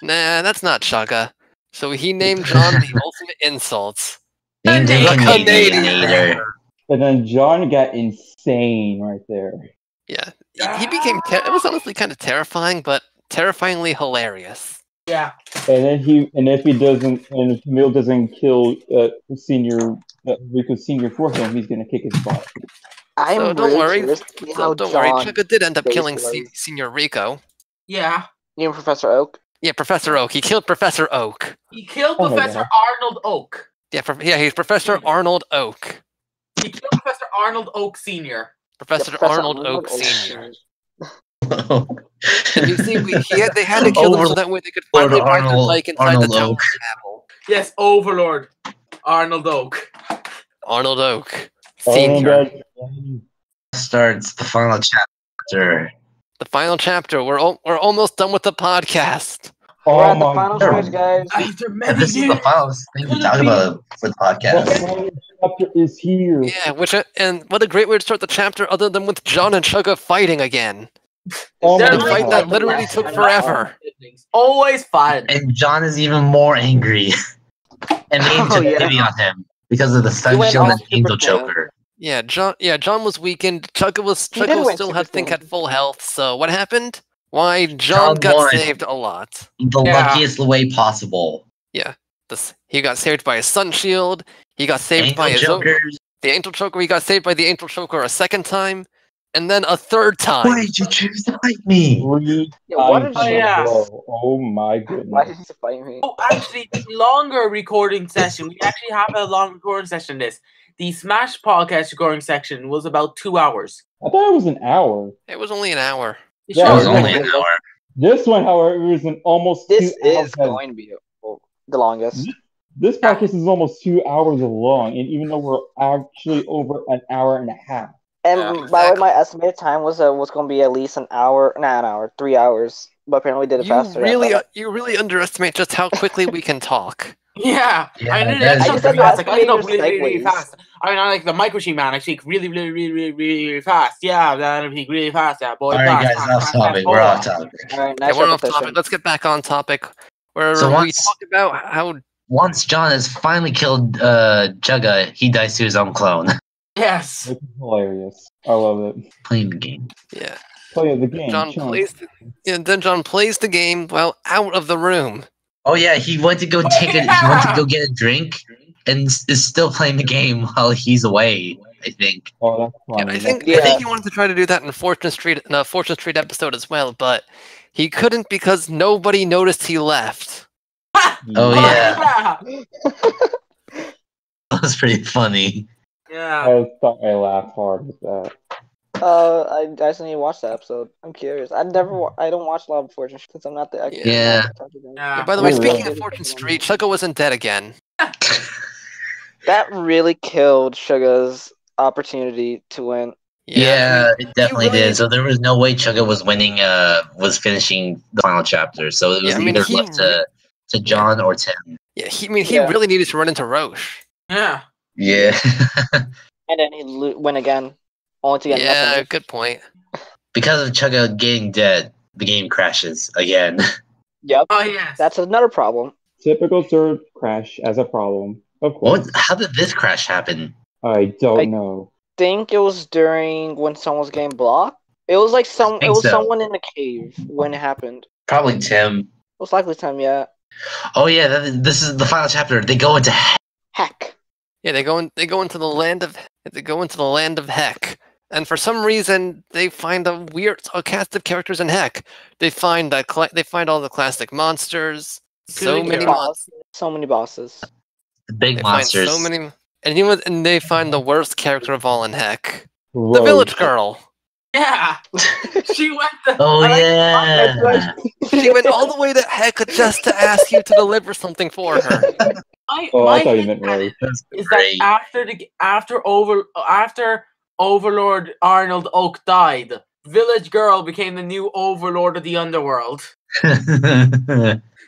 Nah, that's not Chugga. So he named John the ultimate insult. Named him The Canadian Canadian Canadian. bear. and then John got insane right there. Yeah, he- he became. Ter- it was honestly kind of terrifying, but terrifyingly hilarious. Yeah. And then he, and if he doesn't, and if Camille doesn't kill uh, senior uh, Rico senior for him, he's gonna kick his butt. I am So don't really worry. curious to see how So don't John, worry, Chugga did end up stays killing Se- alive. Senior Rico. Yeah. you and Professor Oak. Yeah, Professor Oak. He killed Professor Oak. He killed Oh my Professor God. Arnold Oak. Yeah, prof- yeah, he's Professor Arnold Oak. He killed Professor Arnold Oak Sr. Yeah, Professor, Arnold, Oak Senior. and you see, we, he had, they had to kill him so Overlord that way they could finally ride their Arnold- bike inside Arnold the Tower Oak. of Babel. Yes, Overlord Arnold Oak. Arnold Oak Oh, Arnold Senior. got- starts the final chapter. the final chapter. We're al- we're almost done with the podcast. We're Oh at the my final God. stretch, guys. After And many this is the years, final thing we talk about for the The podcast. final chapter is here. Yeah, which uh, and what a great way to start the chapter, other than with John and Chugga fighting again. Oh They're my The like- fight God. that literally took forever. always fun. And John is even more angry. And they Oh, took yeah. pity on him because of the Sun went Shield all and Angel Super Saiyan. Choker. Yeah, John. Yeah, John was weakened. Chugga was He did Chugga was win still Super had think Saiyan. had full health. So what happened? Why John, John got won. saved a lot. The Yeah. luckiest way possible. This he got saved by his sun shield. He got saved Angel by his own, Jokers. the angel choker. He got saved by the angel choker a second time, and then a third time. Why did you choose to fight me? Three Yeah, what did times you- in a Yeah. row. Oh my Why did goodness. you fight me? Oh, actually, longer recording session. We actually have a long recording session. This the Smash podcast recording section was about two hours. I thought it was an hour. It was only an hour. It Yeah, It should was be- yeah. only an hour. This one, however, is an almost This two is hours. going to be oh, the longest. This podcast is almost two hours long, and even though we're actually over an hour and a half. And by Yeah, the way, exactly. my estimated time was uh, was going to be at least an hour, not an hour, three hours. But apparently, we did it You faster. I really, thought. you really underestimate just how quickly we can talk. Yeah, Yeah, I mean, that that's is I not just true. that underestimate fast. Like, I your can go really, really, really segues. fast. I mean, I like the Micro Machine Man. I shake really, really, really, really, really, really fast. Yeah, that'd be really fast. That boy. All right, fast, guys, fast, off fast, fast, topic. We're boy. off topic. All right, Yeah, nice we're off topic. repetition. Let's get back on topic, where So we once- talk about how Once John has finally killed uh, Jugga, he dies to his own clone. Yes. This is hilarious. I love it. Playing the game. yeah, Play the game. John Sean. plays. The, yeah, then John plays the game while out of the room. Oh yeah, he went to go take a he went to go get a drink and s- is still playing the game while he's away. I think. Oh, that's Yeah, funny. I think I Yeah. think he wanted to try to do that in Fortune Street, in a Fortune Street episode as well, but he couldn't because nobody noticed he left. Oh, yeah. yeah. That was pretty funny. Yeah. I thought I laughed hard with that. Uh, I, I just need to watch that episode. I'm curious. I never, wa- I don't watch Law of Fortune since I'm not the expert. on Yeah. that type of thing. Yeah. Yeah, by the way, Oh, speaking really? of Fortune Street, Chugga wasn't dead again. That really killed Suga's opportunity to win. Yeah, it definitely really- did. So there was no way Chugga was winning. Uh, was finishing the final chapter. So it was Yeah, I mean, either he left to to John or Tim. Yeah, he, I mean, he Yeah. really needed to run into Roche. Yeah. Yeah. and then he lo- win again, only to get Yeah, nothing. good point. because of Chugga getting dead, the game crashes again. Yep, Oh yes. that's another problem. Typical third crash as a problem. Of course. What? How did this crash happen? I don't I- know. Think it was during when someone was getting blocked. It was like some. It think was so. someone in the cave when it happened. Probably Tim. Most likely time, yeah. Oh yeah, that, this is the final chapter. They go into hell. Heck. Yeah, they go in, they go into the land of they go into the land of heck. And for some reason, they find a weird a cast of characters in heck. They find that cla they find all the classic monsters. So Including many Carol. monsters. So many bosses. the big They monsters. find so many and you know what- and they find the worst character of all in heck. The Rogue. village girl. Yeah. she went the Oh I like- yeah. She went all the way to heck just to ask you to deliver something for her. My, Oh, my I thought you hint meant at Rogue. it That's Is that great. after the g- after over after Overlord Arnold Oak died, Village Girl became the new Overlord of the Underworld.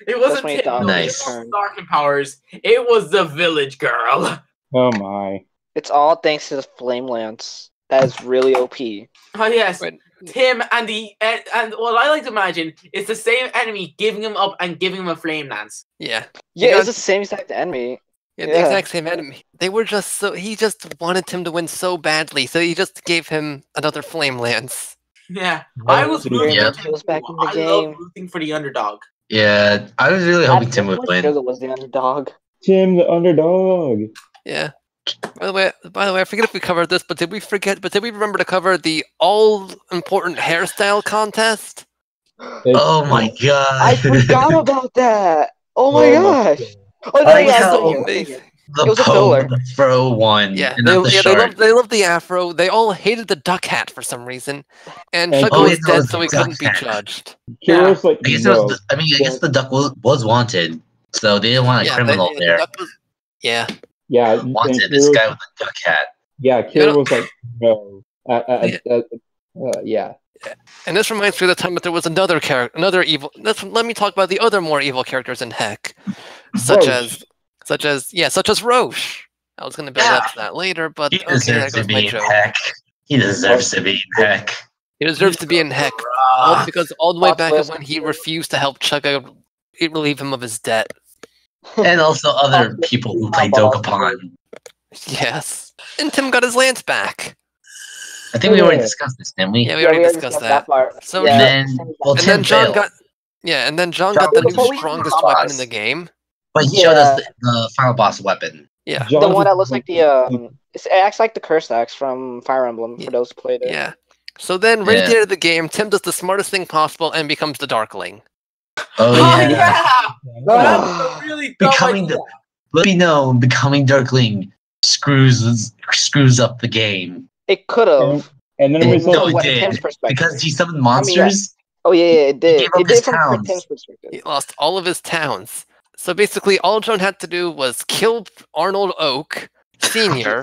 It wasn't when he Tim, died. though, Nice. it wasn't Stark powers. It was the Village Girl. Oh my. It's all thanks to the flame lance. That is really OP. Oh yes, Wait. Tim and the and, and what I like to imagine is the same enemy giving him up and giving him a flame lance. Yeah. Yeah, know- it's the same exact enemy. Yeah, the Yeah. exact same enemy. They were just so he just wanted him to win so badly, so he just gave him another flame lance. Yeah, I was Yeah. rooting Yeah. for He Tim. was back in the I love game. rooting for the underdog. yeah, I was really hoping Tim would Sugar win. was the underdog. Tim the underdog. Yeah. By the way, by the way, I forget if we covered this, but did we forget? But did we remember to cover the all important hairstyle contest? It's- Oh my god. I forgot about that. Oh my gosh. Oh no, I yeah, know. same here, same here. the It was a Pope, filler. the fro one, Yeah, and they, not the yeah, shark. they loved they loved the afro. They all hated the duck hat for some reason, and And- Shuggo Oh, was yeah, that dead, was so the he duck couldn't be hat. judged. Kira's like, I guess it was. no. The, I mean, I guess the duck was, was wanted, so they didn't want a Yeah, the, criminal yeah, the there. duck was. Yeah, yeah, and wanted this Kira- guy with a duck hat. Yeah, You Kira know- was like, no. Uh, uh, uh, uh, uh, yeah. and this reminds me of the time that there was another character, another evil. Let's, let me talk about the other more evil characters in Heck, such Roche. as, such as, yeah, such as Roche. I was going to build up to that later, but He okay, there deserves to goes my be in joke. heck. He deserves to be in heck. He deserves to be in Heck all Bruh. because all the way Plot back twist. when he refused to help Chugga it relieve him of his debt. And also other people who play Dokapon. Yes, and Tim got his lance back. I think we already discussed this, didn't we? Yeah, we yeah, already we already discussed skipped that. that part. So Yeah, And then, same well, and Tim then John failed, got yeah, and then John John got the was new totally strongest lost. weapon in the game. but he showed us Yeah. the, the final boss weapon. Yeah, the one that looks like the um, it's- it acts like the curse axe from Fire Emblem for Yeah. those who played it. yeah. So then, right Yeah. at the end of the game, Tim does the smartest thing possible and becomes the Darkling. Oh Oh yeah. yeah, that was a really dumb Becoming idea. the- Let me know, becoming Darkling screws screws up the game It could have. And then we It- saw no, it what did, Tim's perspective. because he summoned mean, yeah. monsters. oh yeah, yeah, it did. gave up It did his from towns. Tim's perspective. He lost all of his towns. So basically, all John had to do was kill Arnold Oak Senior.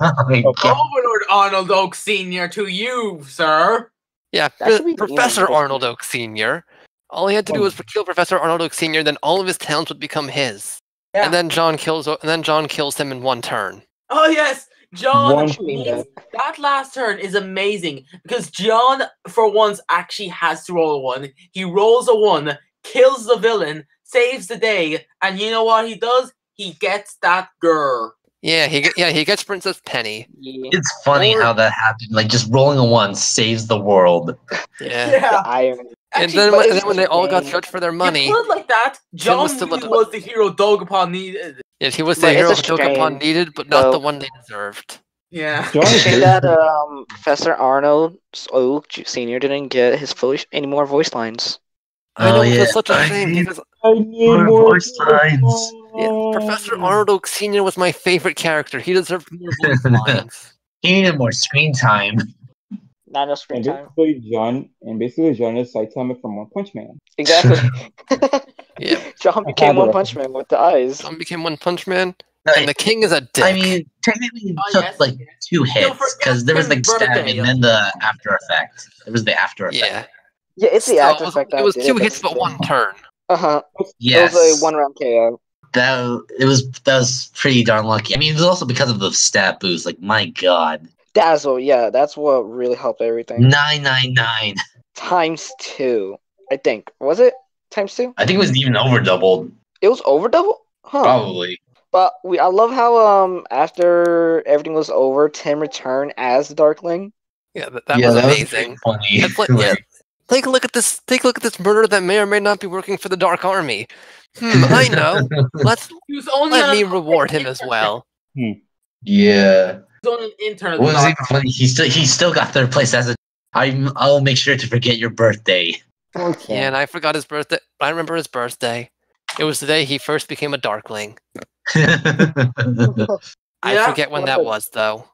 Oh my Oh, god. Overlord Arnold Oak Senior to you, sir. yeah, That should Pro- be the Oh. Professor name. Arnold Oak Senior. All he had to do was kill Professor Arnold Oak Senior. Then all of his towns would become his. Yeah. And then John kills. And then John kills him in one turn. Oh yes, John. One- Should be Once, that. that last turn is amazing because John, for once, actually has to roll a one. He rolls a one, kills the villain, saves the day, and you know what he does? He gets that girl. Yeah, he ge- yeah he gets Princess Penny. Yeah. It's funny Or- how that happened. Like just rolling a one saves the world. Yeah. The iron. And Actually, then, but when, and it's then when they all got game. judged for their You money, put it like that, John was still really a- was the hero Dogapon needed. yes, he was But the it's hero a Dokapon shame, needed, but not the though. one they deserved. Yeah. John It's a is shame very- that um, Professor Arnold Oak Ju- Senior didn't get his fully any more voice lines. I Oh, know yeah. it's such a I shame need because I need more more, voice lines. yeah, Professor Oh. Arnold Oak Senior was my favorite character. He deserved more voice lines. He needed more screen time. Not enough screen And time. basically, John and basically John is Saitama from One Punch Man. Exactly. Yeah, John became One Punch Man with the eyes. John became One Punch Man, No, and the king is a dick. I mean, technically, it Oh, took yes, like yes. two hits forget because there was like Tim's stab birthday. and then the after effect. There was the after effect. yeah, Yeah, it's the Still, after it was, effect that it was did two Uh-huh. it, hits that's but one turn. Uh huh. It Yes. was a one round KO. that it was that was pretty darn lucky. I mean, it was also because of the stat boost. Like, my god, Dazzle, yeah, that's what really helped everything. nine nine nine. Times two, I think. Was it times two? I think it was even over doubled, It was over double, Oh, huh? probably. But we, I love how um after everything was over, Tim returned as the Darkling. Yeah, that, that Yeah, was pretty amazing. funny. That's like- yeah. Take a look at this. Take a look at this murder that may or may not be working for the Dark Army. Hmm, I know. Let's He was only let on me an, reward him as well. yeah. he was on an intern. at What the was doc- even funny? He still he still got third place as a. I'm. I'll make sure to forget your birthday. Okay. Yeah, and I forgot his birthday. I remember his birthday. It was the day he first became a Darkling. and I Yeah, forget when that was though.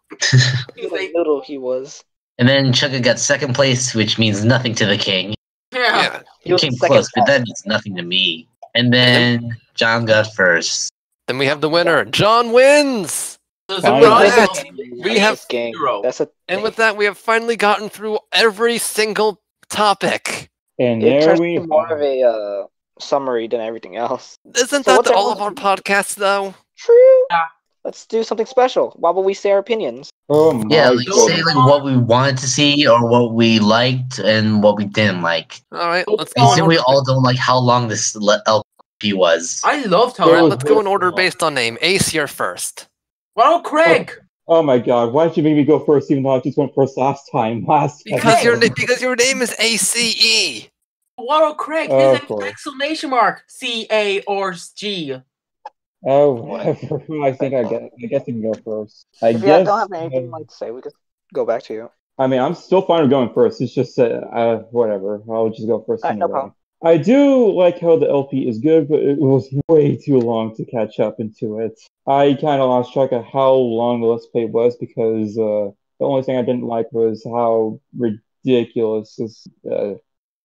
he was like, Little he was. then Chugga got second place, which means nothing to the king. yeah. Yeah. He He was came second close, but that means nothing to me. And then John got first. Then we have the winner. John wins. There's Fine. a rise That- of we That's have- this game. hero. That's a And with that, we have finally gotten through every single topic. And it there turns we into more of have. a uh, summary than everything else. Isn't So that what's the- all of our everyone's- podcasts, though? True. Yeah. Let's do something special. Why would we say our opinions? Oh my Yeah, like say goodness. like what we wanted to see or what we liked and what we didn't like. All right, let's go. In Considering order. we all don't like how long this le- LP was. I loved All right, There Howard. let's go in order based on name. Ace, you're first. What about Craig? Oh my god, why did you make me go first even though I just went first last time? Last Because your episode. na- because your name is E. ACE. What about Craig? Oh, His of course. exclamation mark. C A or G. Oh, whatever. I think I guess, I guess I can go first. I If you guess. um, don't have anything like to say, we could go back to you. I mean, I'm still fine with going first. It's just uh, uh whatever. I'll just go first All right, no anyway. problem. I do like how the LP is good, but it was way too long to catch up into it. I kind of lost track of how long the Let's Play was because uh, the only thing I didn't like was how ridiculous this. Uh,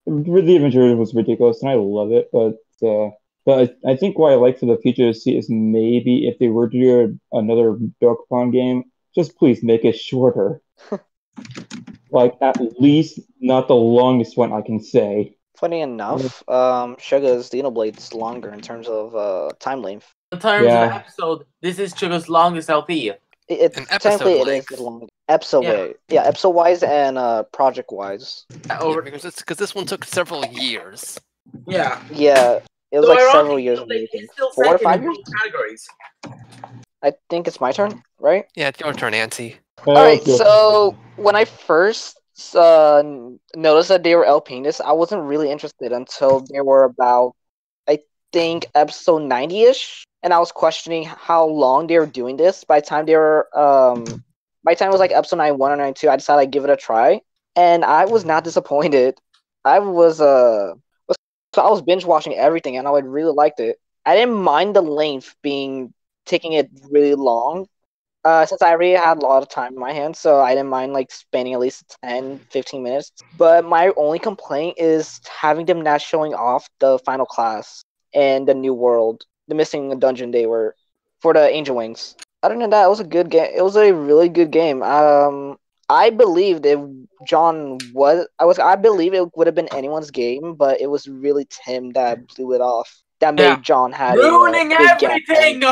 the Adventure was ridiculous, and I love it, but. Uh, but I I think what I like for the future to see is maybe if they were to do another Dokkan game, just please make it shorter. like at least not the longest one I can say. Funny enough, um, Sugar's Xenoblade's longer in terms of uh, time length. In terms of Yeah. episode, this is Sugar's longest LP. It, it's And episode technically it is length. the long episode. Yeah. Yeah. yeah, episode wise and uh, project wise. Uh, Yeah, Over, because this, because this one took several years. yeah. Yeah, it was So like several ironically, years. it's in the making. still Four or second five in years? both categories. I think it's my turn, right? Yeah, it's your turn, Nancy. All right. So when I first uh, n- noticed that they were LPing this, I wasn't really interested until they were about, I think, episode ninety-ish, and I was questioning how long they were doing this. By the time they were, um, by the time it was like episode ninety-one or ninety-two, I decided I'd give it a try, and I was not disappointed. I was uh, was- so I was binge watching everything, and I like, really liked it. I didn't mind the length being taking it really long uh, since I already had a lot of time in my hands, so I didn't mind like spending at least 10, 15 minutes. But my only complaint is having them not showing off the final class and the new world, the missing dungeon they were for the Angel Wings. Other than that, it was a good game. It was a really good game. Um, I believed if John was, I was, I believe it would have been anyone's game, but it was really Tim that blew it off. That made Yeah. John had Ruining a, uh, big gap. everything!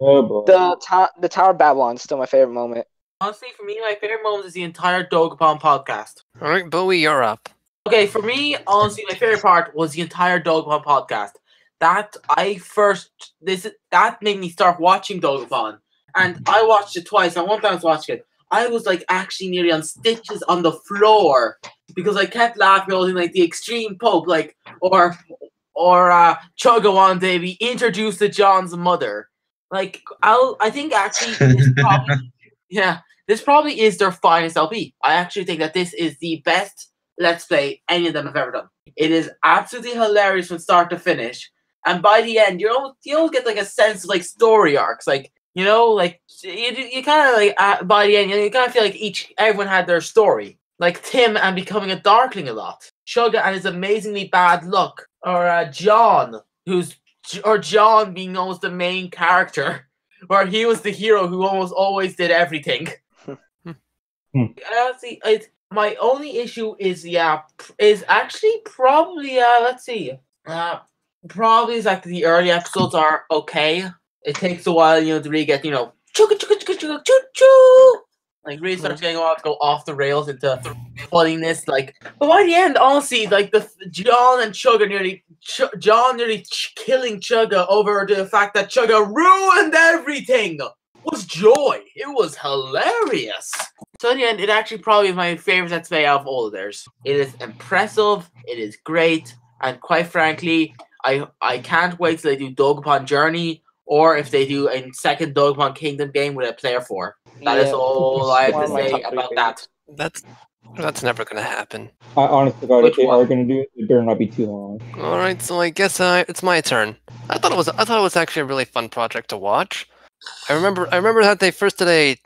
Oh boy. The ta- the Tower of Babylon is still my favorite moment. Honestly, for me, my favorite moment is the entire Dogapon podcast. All right, Bowie, you're up. Okay, for me, honestly, my favorite part was the entire Dogapon podcast. That I first this is- that made me start watching Dogapon, and I watched it twice. And one time I was watching it, I was like actually nearly on stitches on the floor because I kept laughing. I was in like the extreme pope, like or or uh, Chugga one day we introduced to John's mother. Like I'll, I think actually, this probably, yeah, this probably is their finest LP. I actually think that this is the best Let's Play any of them have ever done. It is absolutely hilarious from start to finish, and by the end, you almost you almost get like a sense of like story arcs, like you know, like you do- you kind of like uh, by the end, you, kind of feel like each everyone had their story. Like Tim and becoming a Darkling a lot, Sugar and his amazingly bad luck, or uh, John, who's or John being almost the main character, where he was the hero who almost always did everything. I see. It, my only issue is yeah, p- is actually probably uh, let's see, uh, probably is like the early episodes are okay. It takes a while, you know, to really get, you know, chugga chugga chugga chugga choo choo. Like really starts getting off, go off the rails into funniness. Like, but by the end, honestly, like the John and Chugga nearly, Ch- John nearly ch- killing Chugga over the fact that Chugga ruined everything was joy. It was hilarious. So in the end, it actually probably is my favorite let's play out of all of theirs. It is impressive. It is great, and quite frankly, I I can't wait till they do Dogpon Journey or if they do a second Dogpon Kingdom game with a player four. That is Yeah. all I have One to of my say top three about that. That's that's never gonna happen. I honestly God, Which if they one? are gonna do it, it better not be too long. All right, so I guess I, it's my turn. I thought it was I thought it was actually a really fun project to watch. I remember I remember that they first did a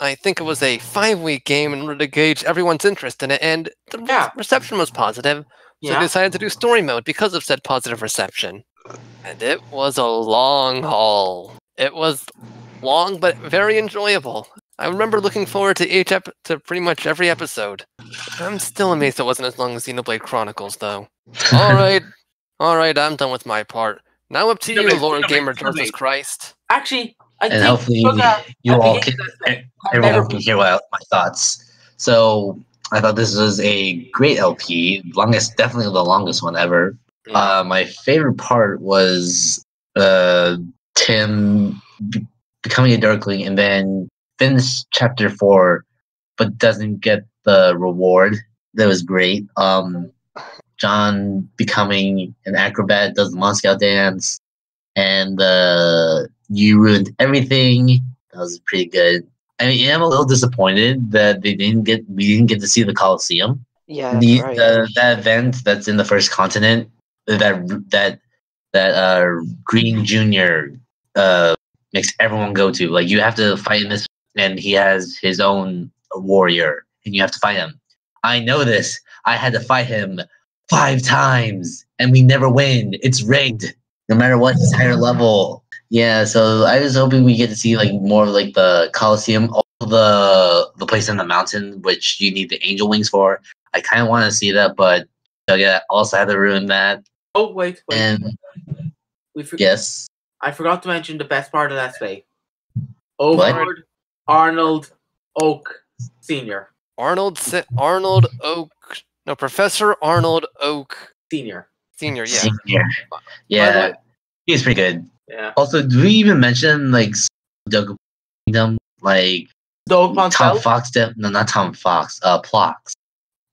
I think it was a five week game in order to gauge everyone's interest in it, and the re- Yeah. reception was positive. So they Yeah. decided to do story mode because of said positive reception. And it was a long haul. It was long but very enjoyable. I remember looking forward to each ep- to pretty much every episode. I'm still amazed it wasn't as long as Xenoblade Chronicles though. All oh, right, all right, I'm done with my part. Now up to you, Xenoblade, Lord Xenoblade, Gamer Jesus Xenoblade. Christ. Actually, I and think hopefully Suga you at the all end can, of that thing had everyone better will be- hear my, my thoughts. So I thought this was a great LP, longest, definitely the longest one ever. Uh, my favorite part was uh, Tim be- becoming a Darkling and then finish chapter four, but doesn't get the reward. That was great. Um, John becoming an acrobat does the Moscow dance and uh, you ruined everything. That was pretty good. I mean, I'm a little disappointed that they didn't get we didn't get to see the Coliseum. Yeah, that's The, right. the that event that's in the first continent that that that uh, Green Junior uh, makes everyone go to. Like you have to fight in this, and he has his own warrior, and you have to fight him. I know this. I had to fight him five times, and we never win. It's rigged no matter what he's higher level. Yeah, so I was hoping we get to see like more of like the Coliseum, all the the place in the mountain, which you need the angel wings for. I kind of want to see that, but uh, yeah, also had to ruin that. Oh wait, wait. And we for- yes, I forgot to mention the best part of that play. What? Overlord Arnold Oak Senior. Arnold, Si- Arnold Oak, no Professor Arnold Oak Senior. Senior. Yeah, senior. By Yeah, way- he was pretty good. Yeah. Also, do we even mention like Doug Kingdom, like Dog Pound Tom South? Fox did no not Tom Fox, uh Plox.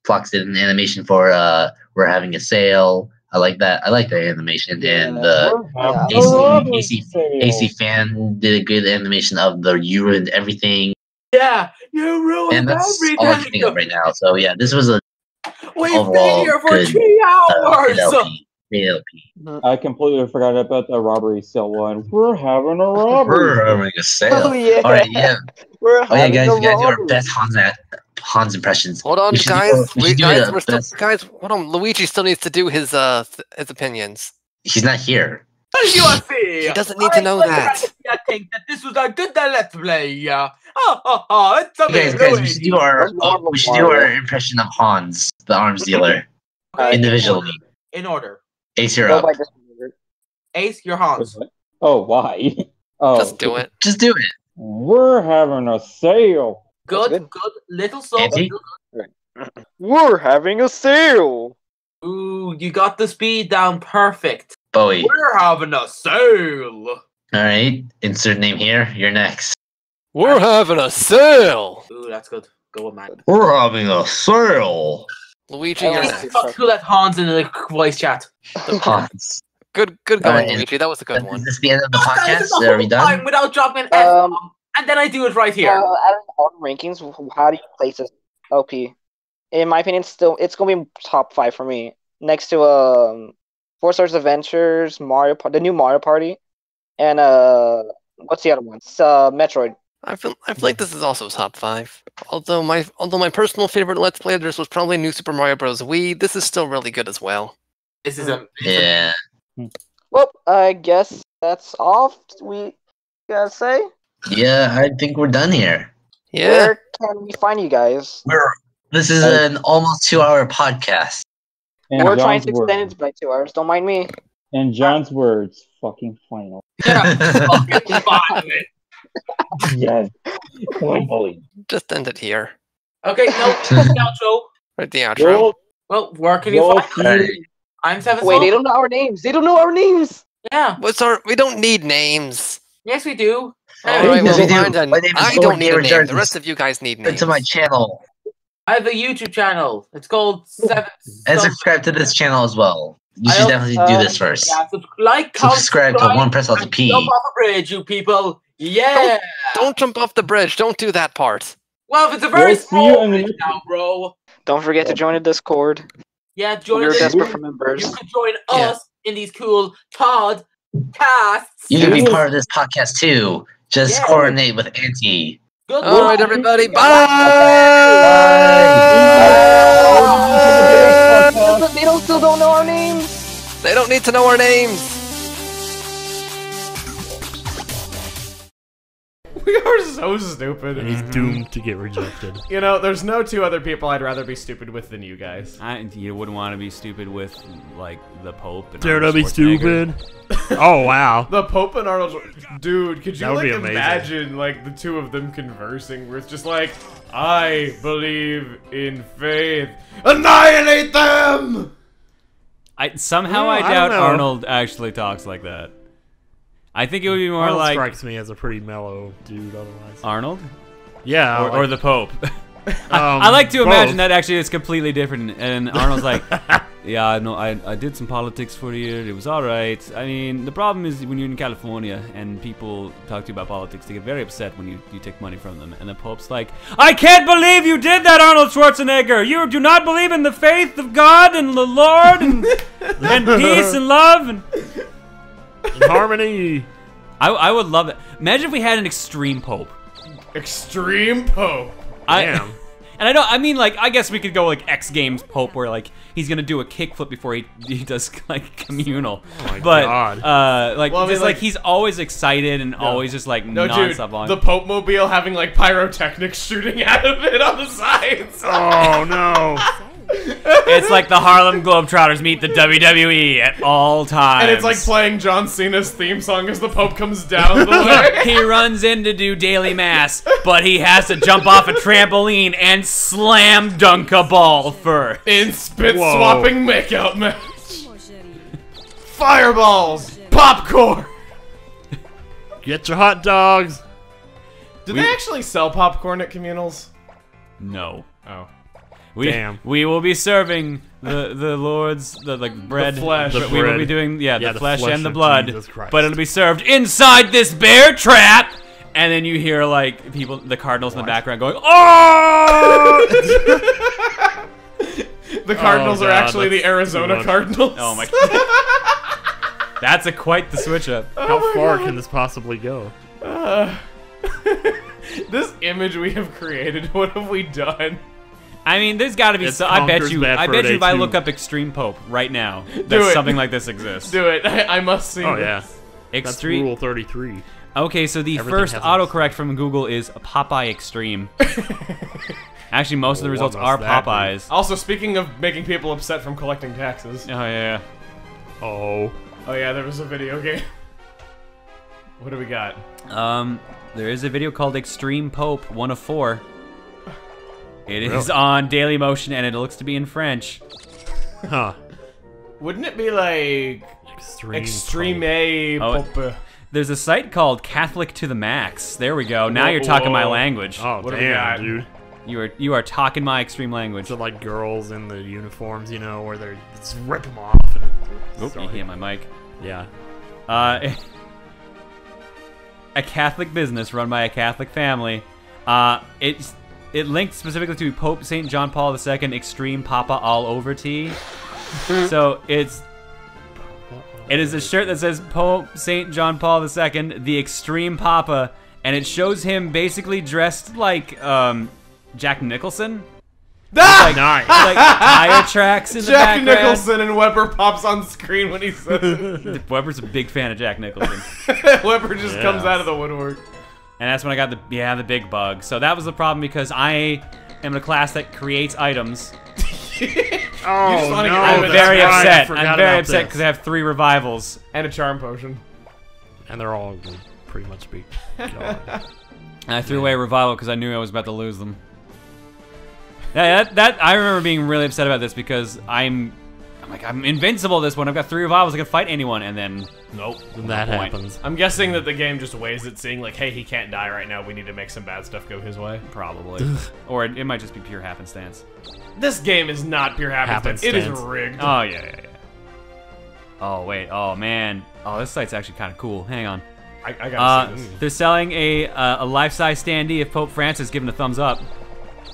Plox did an animation for uh We're Having a Sale. I like that. I like that animation and uh, Um, Yeah, AC, Love it, AC, Samuel. AC fan did a good animation of the you ruined everything. Yeah, you ruined And that's all I can everything. think of right now. So yeah, this was a We've been overall here for good, three uh, hours. good LP. Great LP. I completely forgot about the robbery cell one. We're having a robbery. Oh, We're having a sale. Oh, yeah. All right, yeah. We're Oh yeah, having guys, a we gotta do our robbery. best Hans Hans impressions. Hold on, We should do- guys. we We, should do guys, the we're still best- guys. Hold on, Luigi still needs to do his uh th- his opinions. He's not here. What do you see? He doesn't need to know that. I think that this was a good let's play. Uh, oh, oh, oh, it's You guys, something guys, we should do our That's not oh, we should do our Mario. impression of Hans, the arms dealer, Okay, individually. In order. Ace, you're Go up. by this number. Ace, your Hans. Oh, why? Oh, Just do it. Just do it. We're having a sale. Good, good. good, little soul. Anthony? We're having a sale. Ooh, you got the speed down perfect. Bowie. We're having a sale. All right. Insert name here. You're next. We're having a sale. Ooh, that's good. Go with man. We're having a sale. Luigi, you're Oh. Please next. fuck who let Hans in the voice chat. Hans. Good, good All going, right. Luigi. That was a good Is one. this the end of the Fuck, I did podcast? Oh, the Are we whole time done? without dropping an F Uh, Um, and then I do it right here. Uh, out of all the rankings, wh- how do you place this LP? In my opinion, it's still it's gonna be top five for me. Next to um, Four Stars Adventures, Mario, Pa- the new Mario Party, and uh, what's the other one? It's, uh, Metroid. I feel, I feel like this is also top five. Although my, although my personal favorite Let's Play of theirs was probably New Super Mario Bros. Wii. This is still really good as well. This is a this is a- Yeah. Well, I guess that's all we gotta say. Yeah. I think we're done here. Yeah. Where can we find you guys? We're. This is Uh, an almost two-hour podcast. And We're John's trying to word. extend it by two hours. Don't mind me. And John's words, fucking final. Fucking fine. Yes. Can't believe. Just end it here. okay, no, that's the outro. Right the outro. Roll, Well, where can you roll, find? Fury. I'm Seven Wait, Soul. they don't know our names. They don't know our names. Yeah. What's our? We don't need names. Yes, we do. All right, Yes, well, we do. mine then. My name is I Lord don't need a name. David The Jordan. rest of you guys need Subscribe names. to my channel I have a YouTube channel. It's called Seven. and Soul- subscribe to this channel as well. You I should also- definitely uh, do this first. Oh, Yeah, sub- like, comment, subscribe to One Press and LTP. Jump off a bridge, you people. Yeah. Don't jump off the bridge. Don't do that part. Well, if it's a very We'll see you small in the bridge next now, bro. Don't forget to join the Discord. Yeah, join We're us. desperate for You members. could join Yeah. us in these cool Todd casts. You can be Yes. part of this podcast too. Just Yeah. coordinate with Auntie. Good All luck. right, everybody. Bye. Bye. They don't- they don't still don't know our names. They don't need to know our names. We are so stupid. And he's doomed to get rejected. You know, there's no two other people I'd rather be stupid with than you guys. I, you wouldn't want to be stupid with like the Pope. And Dare to Arnold be Schwarzenegger. stupid. Oh wow. The Pope and Arnold, Schwar- dude, could you That would like be amazing. imagine like the two of them conversing where it's just like, I believe in faith, annihilate them. I somehow Well, I I don't doubt know. Arnold actually talks like that. I think it would be more Arnold like strikes me as a pretty mellow dude otherwise. Arnold yeah. or, or the Pope. um, I like to imagine both. that actually is completely different. And Arnold's like, "Yeah, I know. I, I did some politics for a year. It was all right. I mean, the problem is when you're in California and people talk to you about politics, they get very upset when you, you take money from them. And the Pope's like, "I can't believe you did that, Arnold Schwarzenegger. You do not believe in the faith of God and the Lord and and peace and love and." harmony. I, I would love that. Imagine if we had an extreme pope. Extreme Pope. I Damn. And I don't. I mean, like, I guess we could go like X Games Pope, where like he's gonna do a kickflip before he, he does like communal. my but God. uh, like Well, I mean, just like, like- he's always excited and always just like No, dude, nonstop on. the Pope mobile having like pyrotechnics shooting out of it on the sides. Oh no. it's like the Harlem Globetrotters meet the WWE at all times. And it's like playing John Cena's theme song as the Pope comes down the way. he runs in to do daily mass, but he has to jump off a trampoline and slam dunk a ball first. In spit Whoa. swapping makeout match. Fireballs! Popcorn! Get your hot dogs. Do We- they actually sell popcorn at communals? No. Oh. We, Damn. we will be serving the the Lord's the like bread. flesh. but The we will bread. be doing yeah, Yeah, the, the flesh, flesh and the of blood. Jesus Christ. But it'll be served inside this bear trap. And then you hear like people, the cardinals in the background going, "Oh!" The Cardinals Oh, are God, actually the that's too Arizona much. Cardinals. oh my god, that's a quite the switch up. How far can this possibly go? Oh, Uh, this image we have created, what have we done? I mean, there's got to be. It's So, I bet Conker's you. Bad I Fur bet Day you. If I too. look up extreme pope right now, it. that something like this exists. Do it. I, I must see. Oh this. yeah. That's extreme. rule 33. Okay, so the Everything first has a- autocorrect from Google is Popeye Extreme. Actually, most of the Well, results what are must Oh, that be? Popeyes. Oh Also, speaking of making people upset from collecting taxes. yeah, yeah. Oh. Oh yeah, there was a video game. What do we got? yeah. Um, there is a video called Extreme Pope, one of four. It is Really? on Daily Motion, and it looks to be in French. Huh. Wouldn't it be like Extreme. Extreme pope. A Oh, Pope? There's a site called Catholic to the Max. There we go. oh, Now you're talking my Whoa. language. Oh What do we got? damn, dude. You are you are talking my extreme language. Is it like girls in the uniforms, you know, where they just rip them off? And Oop, you hit my mic. Yeah. Uh, a Catholic business run by a Catholic family. Uh, it's it linked specifically to Pope Saint John Paul II extreme Papa all over tea. so it's it is a shirt that says Pope Saint John Paul II, the extreme Papa, and it shows him basically dressed like um, Jack Nicholson. Like, Ah! Nice. like tire tracks in the Jack background. Nicholson and Weber pops on screen when he says it. Weber's a big fan of Jack Nicholson. Weber just Yeah. comes out of the woodwork. And that's when I got the yeah the big bug. So that was the problem because I am in a class that creates items, just wanna get rid of I'm it. That's very right, I upset. forgot I'm very about upset this. because I have three revivals. And a charm potion. And they're all gonna pretty much be gone. And I threw away a revival because I knew I was about to lose them. Yeah, that, that I remember being really upset about this because I'm, I'm like I'm invincible. This one I've got three revivals. I can fight anyone, and then nope, then that happens. I'm guessing that the game just weighs it, seeing like, hey, he can't die right now. We need to make some bad stuff go his way. Probably, or it, it might just be pure happenstance. This game is not pure happenstance. It is rigged. Oh yeah, yeah, yeah. Oh wait, oh man, oh this site's actually kind of cool. Hang on. I- I gotta uh, see this. They're selling a uh, a life size standee of Pope Francis giving a thumbs up.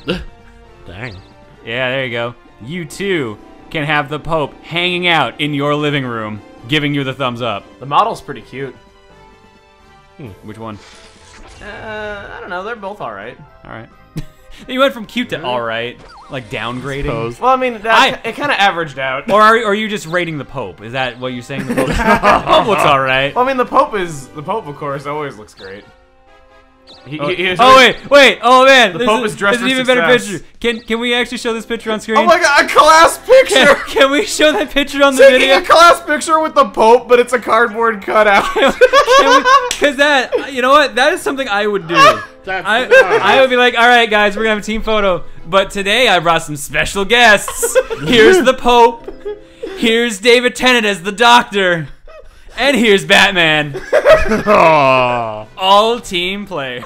Dang. Yeah, there you go. You too can have the Pope hanging out in your living room, giving you the thumbs up. The model's pretty cute. Which one? Uh, I don't know. They're both all right. All right. you went from cute to all right, like downgrading. Well, I mean, that, it kind of averaged out. Or are, are you just rating the Pope? Is that what you're saying? The Pope, the Pope looks all right. Well, I mean, the Pope is the Pope, of course, always looks great. He, Oh, he is- oh, wait, wait, oh man, The this Pope is, is dressed this is for an even better success. picture. Can can we actually show this picture on screen? Oh my god, a class Can, picture! can we show that picture on the Taking video? a class picture with the Pope, but it's a cardboard cutout. Because that, you know what, that is something I would do. I, I would be like, all right, guys, we're gonna have a team photo. But today I brought some special guests. Here's the Pope. Here's David Tennant as the Doctor, and here's Batman. All team player.